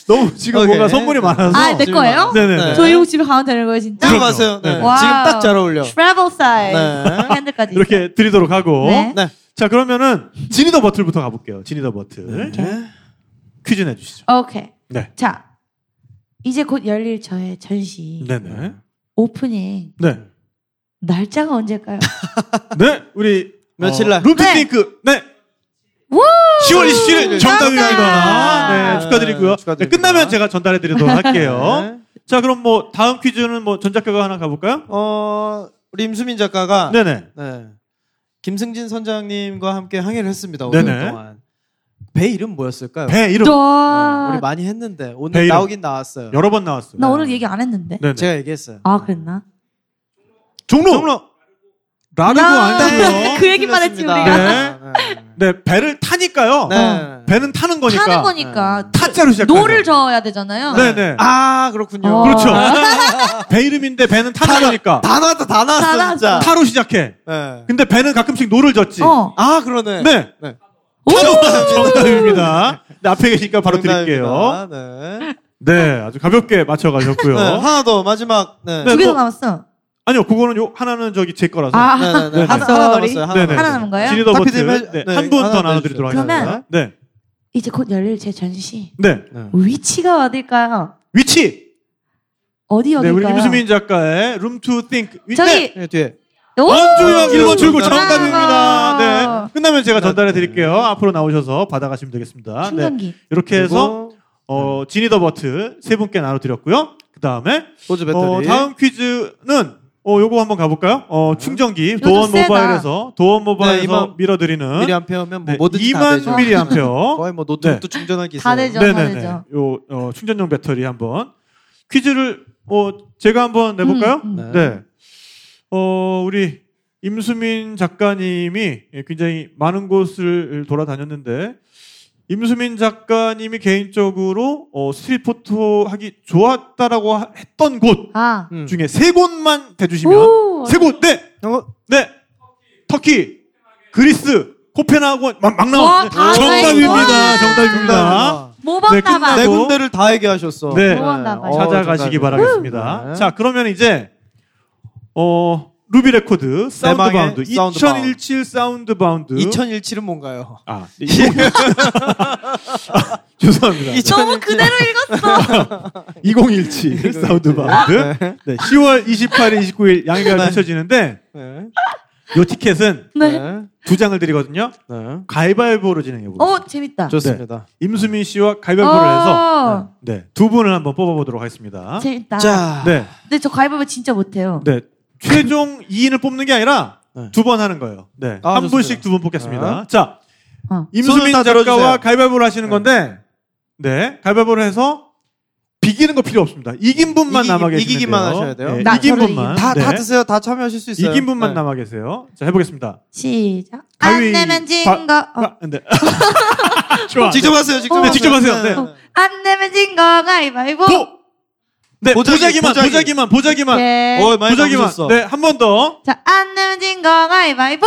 너무 지금
오케이.
뭔가 선물이 많아서.
아, 내 거예요?
네네.
네.
저희 형 집에 가면 되는 거예요, 진짜?
그럼.
들어가세요. 네.
네.
지금 딱 잘 어울려.
트래블 사이즈.
네.
핸들까지.
이렇게 드리도록 하고
네.
네.
자 그러면은 지니더 버틀부터 가볼게요. 지니더
네.
버틀 네. 퀴즈 내주시죠.
오케이.
네.
자, 이제 곧 열릴 저의 전시
네네.
오프닝
네.
날짜가 언제일까요?
네. 우리
며칠 날?
루프핑크 네.
우!
10월 27일 정답입니다.
감사합니다.
네, 축하드리고요.
네, 축하드립니다.
네, 끝나면 제가 전달해 드리도록 할게요.
네.
자, 그럼 뭐 다음 퀴즈는 뭐 전작가가 하나 가볼까요?
어, 우리 임수민 작가가 네.
네네.
김승진 선장님과 함께 항해를 했습니다. 오늘
네네.
동안. 배 이름 뭐였을까요?
배 이름
네,
너...
우리 많이 했는데 오늘
배 이름.
나오긴 나왔어요.
여러 번 나왔어요.
나 오늘 얘기 안 했는데.
네. 네네.
제가 얘기했어요.
아, 그랬나?
종로.
라르고
나-
아니에요.
그 얘기만 했지,
틀렸습니다. 네.
네, 배를 타니까요.
네. 네.
배는 타는 거니까.
타는 거니까.
타짜로 시작하죠.
노를 저어야 되잖아요.
네네.
아 그렇군요.
어.
그렇죠.
아.
배 이름인데 배는 타는 거니까.
다 나왔다 다 나왔어
다
진짜.
타로 시작해.
네.
근데 배는 가끔씩 노를 젓지.
어.
아 그러네.
네.
네.
정답, 정답입니다. 네, 앞에 계시니까 바로 드릴게요.
정답입니다. 네.
네, 아주 가볍게 맞춰가셨고요.
네. 하나 더 마지막. 네.
네.
두 개 더
또-
남았어.
아니요, 그거는 요 하나는 저기 제 거라서.
아,
네네네.
네네.
하나,
아,
하나
sorry.
남았어요. 하나,
네네.
하나
남았어요.
남은 거예요?
지리더
탁
버튼
피디님 해-
네,
네,
한 분 더
하나
나눠드리도록
해주세요.
하겠습니다. 네,
이제 곧 열릴 제 전시.
네.
위치가 어딜까요?
위치.
어디
네, 우리
어딜까요?
임수민 작가의 Room to Think. 위-
저기
네. 어?
네, 뒤에.
오!
원주역
아,
1번 출구
브라보.
정답입니다. 네. 끝나면 제가 전달해 드릴게요. 앞으로 나오셔서 받아가시면 되겠습니다. 네.
충전기.
이렇게 해서
그리고
어, 지니더 버트 세 분께 나눠드렸고요. 그 다음에
호주 배터리.
어, 다음 퀴즈는 어 요거 한번 가볼까요? 어 충전기 도원
세다.
모바일에서 도원
네,
모바일에서
이만
밀어드리는
미리 안 펴면 뭐
네,
뭐든지 다 되죠.
2만 미리 네. 암페어
거의 뭐 노트북도 충전하기 있어요.
다 되죠.
네네네
되죠.
요 어, 충전용 배터리 한번 퀴즈를 어 제가 한번 내볼까요?
음,
음.
네. 어 우리 임수민 작가님이 굉장히 많은 곳을 돌아다녔는데 임수민 작가님이 개인적으로 어, 스트릿 포토 하기 좋았다라고 하- 했던 곳
아.
음.
중에 세 곳만 대주시면
오!
세 곳, 네,
어,
네, 터키, 그리스, 코펜하겐 막, 막
와,
나온
다
정답입니다, 정답입니다.
나와요.
정답입니다.
네,
모범답안.
어, 네
끝나고
군데를 다 얘기하셨어.
네.
모범답안.
어,
찾아가시기
정답이에요.
바라겠습니다.
네.
자, 그러면 이제 어 루비 레코드 사운드
대망의
바운드
사운드
2017 사운드 바운드
2017은 뭔가요?
아 네, 아, 죄송합니다.
이천-
너무 그대로 읽었어.
2017 사운드 바운드
네.
네, 10월 28일, 29일 양일간
네.
펼쳐지는데
네.
요 티켓은
네.
두 장을 드리거든요.
네.
가위바위보로 진행해 보겠습니다.
어 재밌다.
좋습니다.
네. 임수민 씨와 가위바위보를 해서
아,
네, 두 분을 한번 뽑아보도록 하겠습니다.
재밌다.
자,
네,
근데 저 가위바위보 진짜 못해요.
네. 최종 2인을 뽑는 게 아니라
네.
두 번 하는 거예요. 네.
아,
한
좋습니다. 아.
분씩 두 분 뽑겠습니다. 자,
어.
임수민
손을 다
작가와
들어주세요.
가위바위보를 하시는 건데, 네, 가위바위보를 해서 비기는 거 필요 없습니다. 이긴 분만
이기기-
남아 계시면
이기기만
돼요.
하셔야 돼요.
네,
나
이긴
저는
분만.
다,
네.
다 드세요. 다 참여하실 수 있어요.
이긴 분만
네.
남아 계세요. 자, 해보겠습니다.
시작.
가위-
안 내면 진
바-
거. 어.
아, 네. 좋아.
직접 하세요. 직접
어.
하세요.
직접 하세요. 네.
어. 안 내면 진 거 가위바위보.
보! 아, 네,
보자기,
보자기만,
보자기.
보자기만, 보자기만.
오케이.
어, 많이
보자기만.
보셨어.
네, 한 번 더.
자, 안 내면 진 거 가위바위보.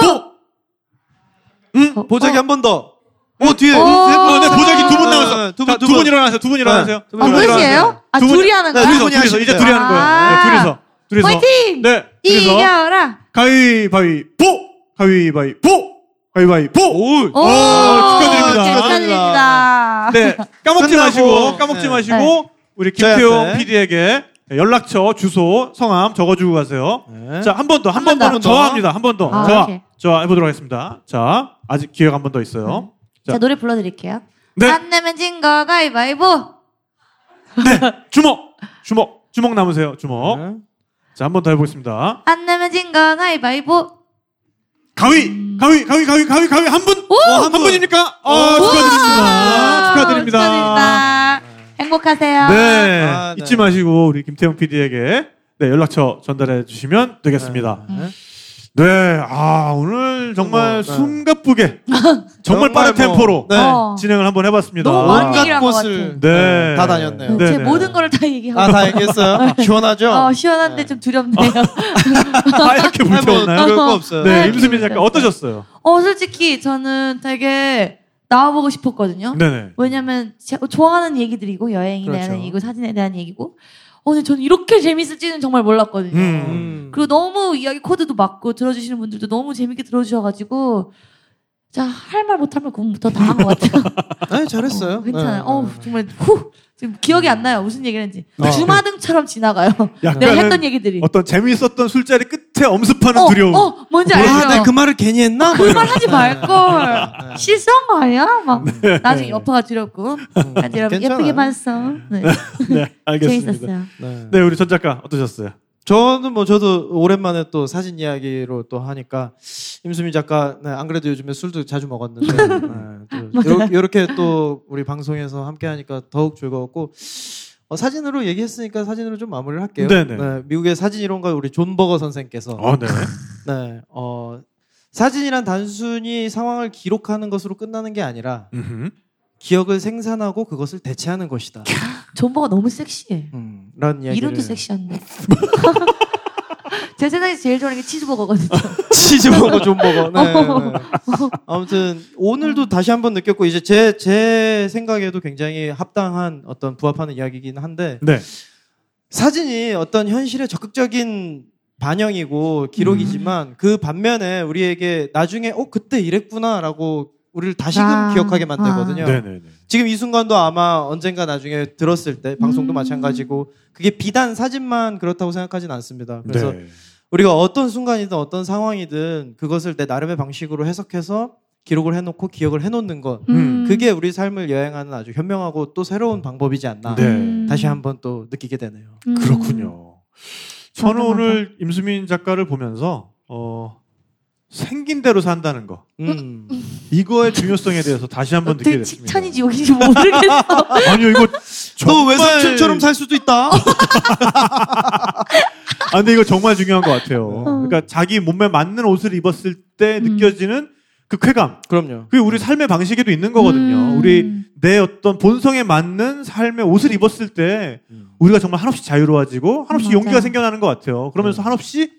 음.
어,
보자기
어.
한 번 더. 오 뒤에
어.
어, 네, 보자기 두 분
어,
남았어.
어,
두
두 분,
분,
두
두 분
분.
일어나세요. 두 분 일어나세요.
두
아,
분 일어나세요.
둘이에요? 아,
두 분-
둘이 하는
네,
거야?
둘이
둘이서, 둘이서. 이제 둘이 하는 거예요.
아.
네, 둘이서. 둘이서.
화이팅! 아-
네, 둘이서.
이겨라.
가위바위보! 가위바위보! 가위바위보!
오,
어, 축하드립니다.
축하드립니다.
네, 까먹지
끝나고.
마시고, 까먹지
네.
마시고,
네.
우리
저한테.
김태용 PD에게 연락처, 주소, 성함 적어주고 가세요.
네.
자, 한 번 더, 한번
한번
더.
더.
저합니다. 한 번 더.
아,
저하.
오케이.
저하 해보도록 하겠습니다. 자, 아직 기회가 한 번 더 있어요.
자,
자.
노래 불러드릴게요.
네,
안 내면 진 거 가위바위보.
주먹! 주먹! 주먹 남으세요, 주먹.
네.
자, 한 번 더 해보겠습니다.
안 내면 진 거 가위바위보.
가위, 가위, 가위, 가위, 가위, 가위 한 분, 어, 한 분입니까? 아, 축하드립니다. 축하드립니다.
축하드립니다. 행복하세요.
네,
아, 네.
잊지 마시고 우리 김태형 PD에게 네, 연락처 전달해 주시면 되겠습니다.
네.
네, 아 오늘 정말
네.
숨가쁘게 정말
정말
빠른
뭐,
템포로
네.
어.
진행을 한번 해봤습니다.
너무 많이
온갖
얘기를 한것
같아.
곳을
아. 네.
네, 다 다녔네요.
네.
제 모든 거를 다 얘기하고.
아 다 얘기했어요. 시원하죠?
어, 시원한데 좀 두렵네요.
아. 하얗게
아니, 뭐
불태웠나요?
그럴 거 없어요.
네,
네,
임수민
기분이
작가 어떠셨어요?
어, 솔직히 저는 되게 나와보고
어?
싶었거든요.
네네.
왜냐면 제가 좋아하는 얘기들이고 여행에 대한
그렇죠.
얘기고 사진에 대한 얘기고. 어, 근데 저는 이렇게 재밌을지는 정말 몰랐거든요.
음.
음.
그리고 너무 이야기 코드도 맞고 들어주시는 분들도 너무 재밌게 들어주셔가지고 자 할 말 못할 말 그분부터 다 한 것 같아요.
네, 잘했어요.
어, 괜찮아요.
네.
어 정말 후 지금 기억이 안 나요. 무슨 얘기를 했는지
네.
주마등처럼 지나가요. 내가
약간은
했던 얘기들이.
어. 네. 그러니까 어떤 재미있었던 술자리 끝에 엄습하는
어,
두려움. 뭐, 네,
어 뭔지
아,
알죠. 어,
내그 말을 괜히 했나? 뭐
그말 하지 말걸.
네.
실수한 거 아니야? 막
네.
나중에 여파가 두렵고. 아주 여러분
괜찮아요.
예쁘게 봤어. 네.
네, 알겠습니다.
재밌었어요.
이런. 네.
네, 우리 전 작가 어떠셨어요?
저는 뭐 저도 오랜만에 또 사진 이야기로 또 하니까 임수민 작가 네, 안 그래도 요즘에 술도 자주 먹었는데 네, 또 요렇- 요렇게 또 우리 방송에서 함께 하니까 더욱 즐거웠고 어, 사진으로 얘기했으니까 사진으로 좀 마무리를 할게요.
네네.
네, 미국의 사진 이론가 우리 존 버거 선생께서
어, 네.
네, 어, 사진이란 단순히 상황을 기록하는 것으로 끝나는 게 아니라
음흠.
기억을 생산하고 그것을 대체하는 것이다.
존버가 너무 섹시해.
음, 라는 이야기를
이름도 섹시한데. 제 세상에서 제일 좋아하는 게 치즈버거거든요.
치즈 버거 존 버거. 네, 네. 아무튼 오늘도 다시 한번 느꼈고 이제 제 제 생각에도 굉장히 합당한 어떤 부합하는 이야기이긴 한데
네.
사진이 어떤 현실의 적극적인 반영이고 기록이지만
음.
그 반면에 우리에게 나중에 어 그때 이랬구나라고 우리를 다시금
아,
기억하게 만들거든요.
네네네.
지금 이 순간도 아마 언젠가 나중에 들었을 때 방송도
음.
마찬가지고 그게 비단 사진만 그렇다고 생각하진 않습니다. 그래서
네.
우리가 어떤 순간이든 어떤 상황이든 그것을 내 나름의 방식으로 해석해서 기록을 해놓고 기억을 해놓는 것
음.
그게 우리 삶을 여행하는 아주 현명하고 또 새로운 방법이지 않나
네.
음.
다시 한번 또 느끼게 되네요.
음.
그렇군요. 저는
맞아, 맞아.
오늘 임수민 작가를 보면서 어, 생긴 대로 산다는 거
음.
이거의 중요성에 대해서 다시 한번 느끼게
어떻게
됐습니다.
칭찬인지 욕인지 모르겠어.
아니요 이거
너
정말
외삼촌처럼 살 수도 있다.
아 근데 이거 정말 중요한 것 같아요.
어.
그러니까 자기 몸에 맞는 옷을 입었을 때
음.
느껴지는 그 쾌감
그럼요.
그게 우리 삶의 방식에도 있는 거거든요.
음.
우리 내 어떤 본성에 맞는 삶의 옷을 입었을 때
음.
우리가 정말 한없이 자유로워지고 한없이
맞아요. 네.
용기가 생겨나는 것 같아요. 그러면서
음.
한없이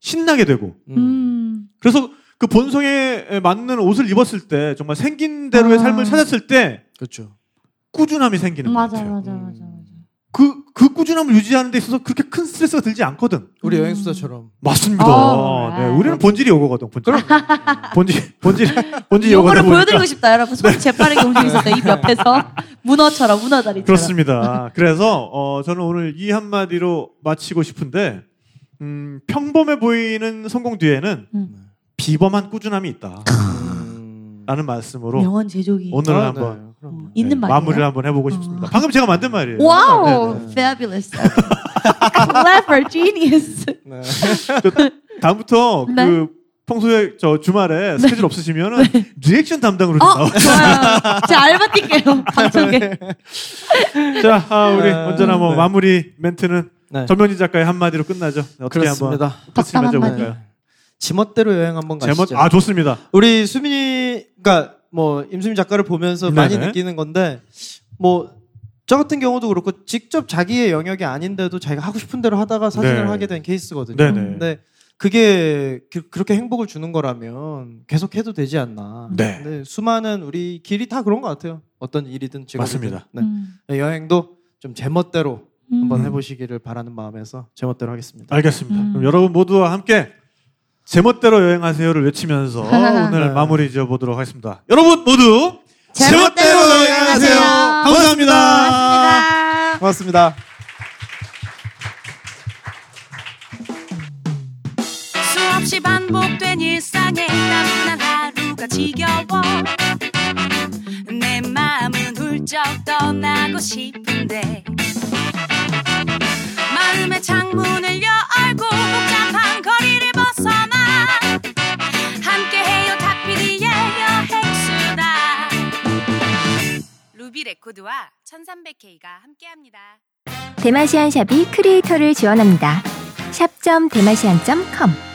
신나게 되고
음.
음.
그래서 그 본성에 맞는 옷을 입었을 때 정말 생긴 대로의
아.
삶을 찾았을 때
그렇죠.
꾸준함이 생기는 것
맞아,
같아요.
맞아, 맞아, 맞아.
그, 그 꾸준함을 유지하는 데 있어서 그렇게 큰 스트레스가 들지 않거든.
우리
음.
여행수다처럼.
맞습니다.
아,
네,
아.
우리는 본질이 오거든. 본질.
음.
본질, 본질, 본질이
요거를
오거든.
보여드리고 싶다, 여러분.
네.
손이 재빠르게 움직이고 있었다, 입 옆에서. 문어처럼, 문어다리처럼.
그렇습니다. 그래서 어, 저는 오늘 이 한마디로 마치고 싶은데 음, 평범해 보이는 성공 뒤에는
음.
비범한 꾸준함이 있다.
음.
라는 말씀으로
명언 제조기.
오늘
아,
한번
네,
어,
그럼요.
있는
네,
말이에요. 아.
마무리를 한번 해보고 싶습니다. 방금 제가 만든 말이에요.
와우,
네, 네.
fabulous, clever, genius.
네.
다음부터
네.
그 평소에 저 주말에 스케줄 없으시면 은 리액션 담당으로 좀
어, 네. 좋아요. 제 알바 뛸게요.
네.
방송에.
나와. 자, 아, 우리
아,
언제나 뭐
네.
마무리 멘트는
네.
전면희 작가의 한마디로 끝나죠. 어떻게
그렇습니다.
한번 끝을
덕담 한마디.
맺어볼까요?
지멋대로 여행 한번 가시죠.
제멋 아 좋습니다.
우리 수민이, 그러니까 뭐 임수민 작가를 보면서
네.
많이 느끼는 건데, 뭐 저 같은 경우도 그렇고 직접 자기의 영역이 아닌데도 자기가 하고 싶은 대로 하다가 사진을
네.
하게 된 케이스거든요.
네네.
근데 그게 그- 그렇게 행복을 주는 거라면 계속 해도 되지 않나.
네.
근데 수많은 우리 길이 다 그런 것 같아요. 어떤 일이든 직업이든.
맞습니다.
네.
음.
여행도 좀 제멋대로 한번 해보시기를 바라는 마음에서 제멋대로 하겠습니다.
알겠습니다.
음.
그럼 여러분 모두와 함께 제멋대로 여행하세요를 외치면서 오늘
네.
마무리 지어 보도록 하겠습니다. 여러분 모두
제멋대로 여행하세요.
감사합니다.
고맙습니다.
고맙습니다.
수없이 반복된 일상에 나른한 하루가 지겨워 내 마음은 훌쩍 떠나고 싶은데 마음의 창문을 열고 복잡한 거리를 벗어나 함께해요 탁피디의 여행수다 루비 레코드와 1300K가 함께합니다
대마시안샵이 크리에이터를 지원합니다. 샵.대마시안.com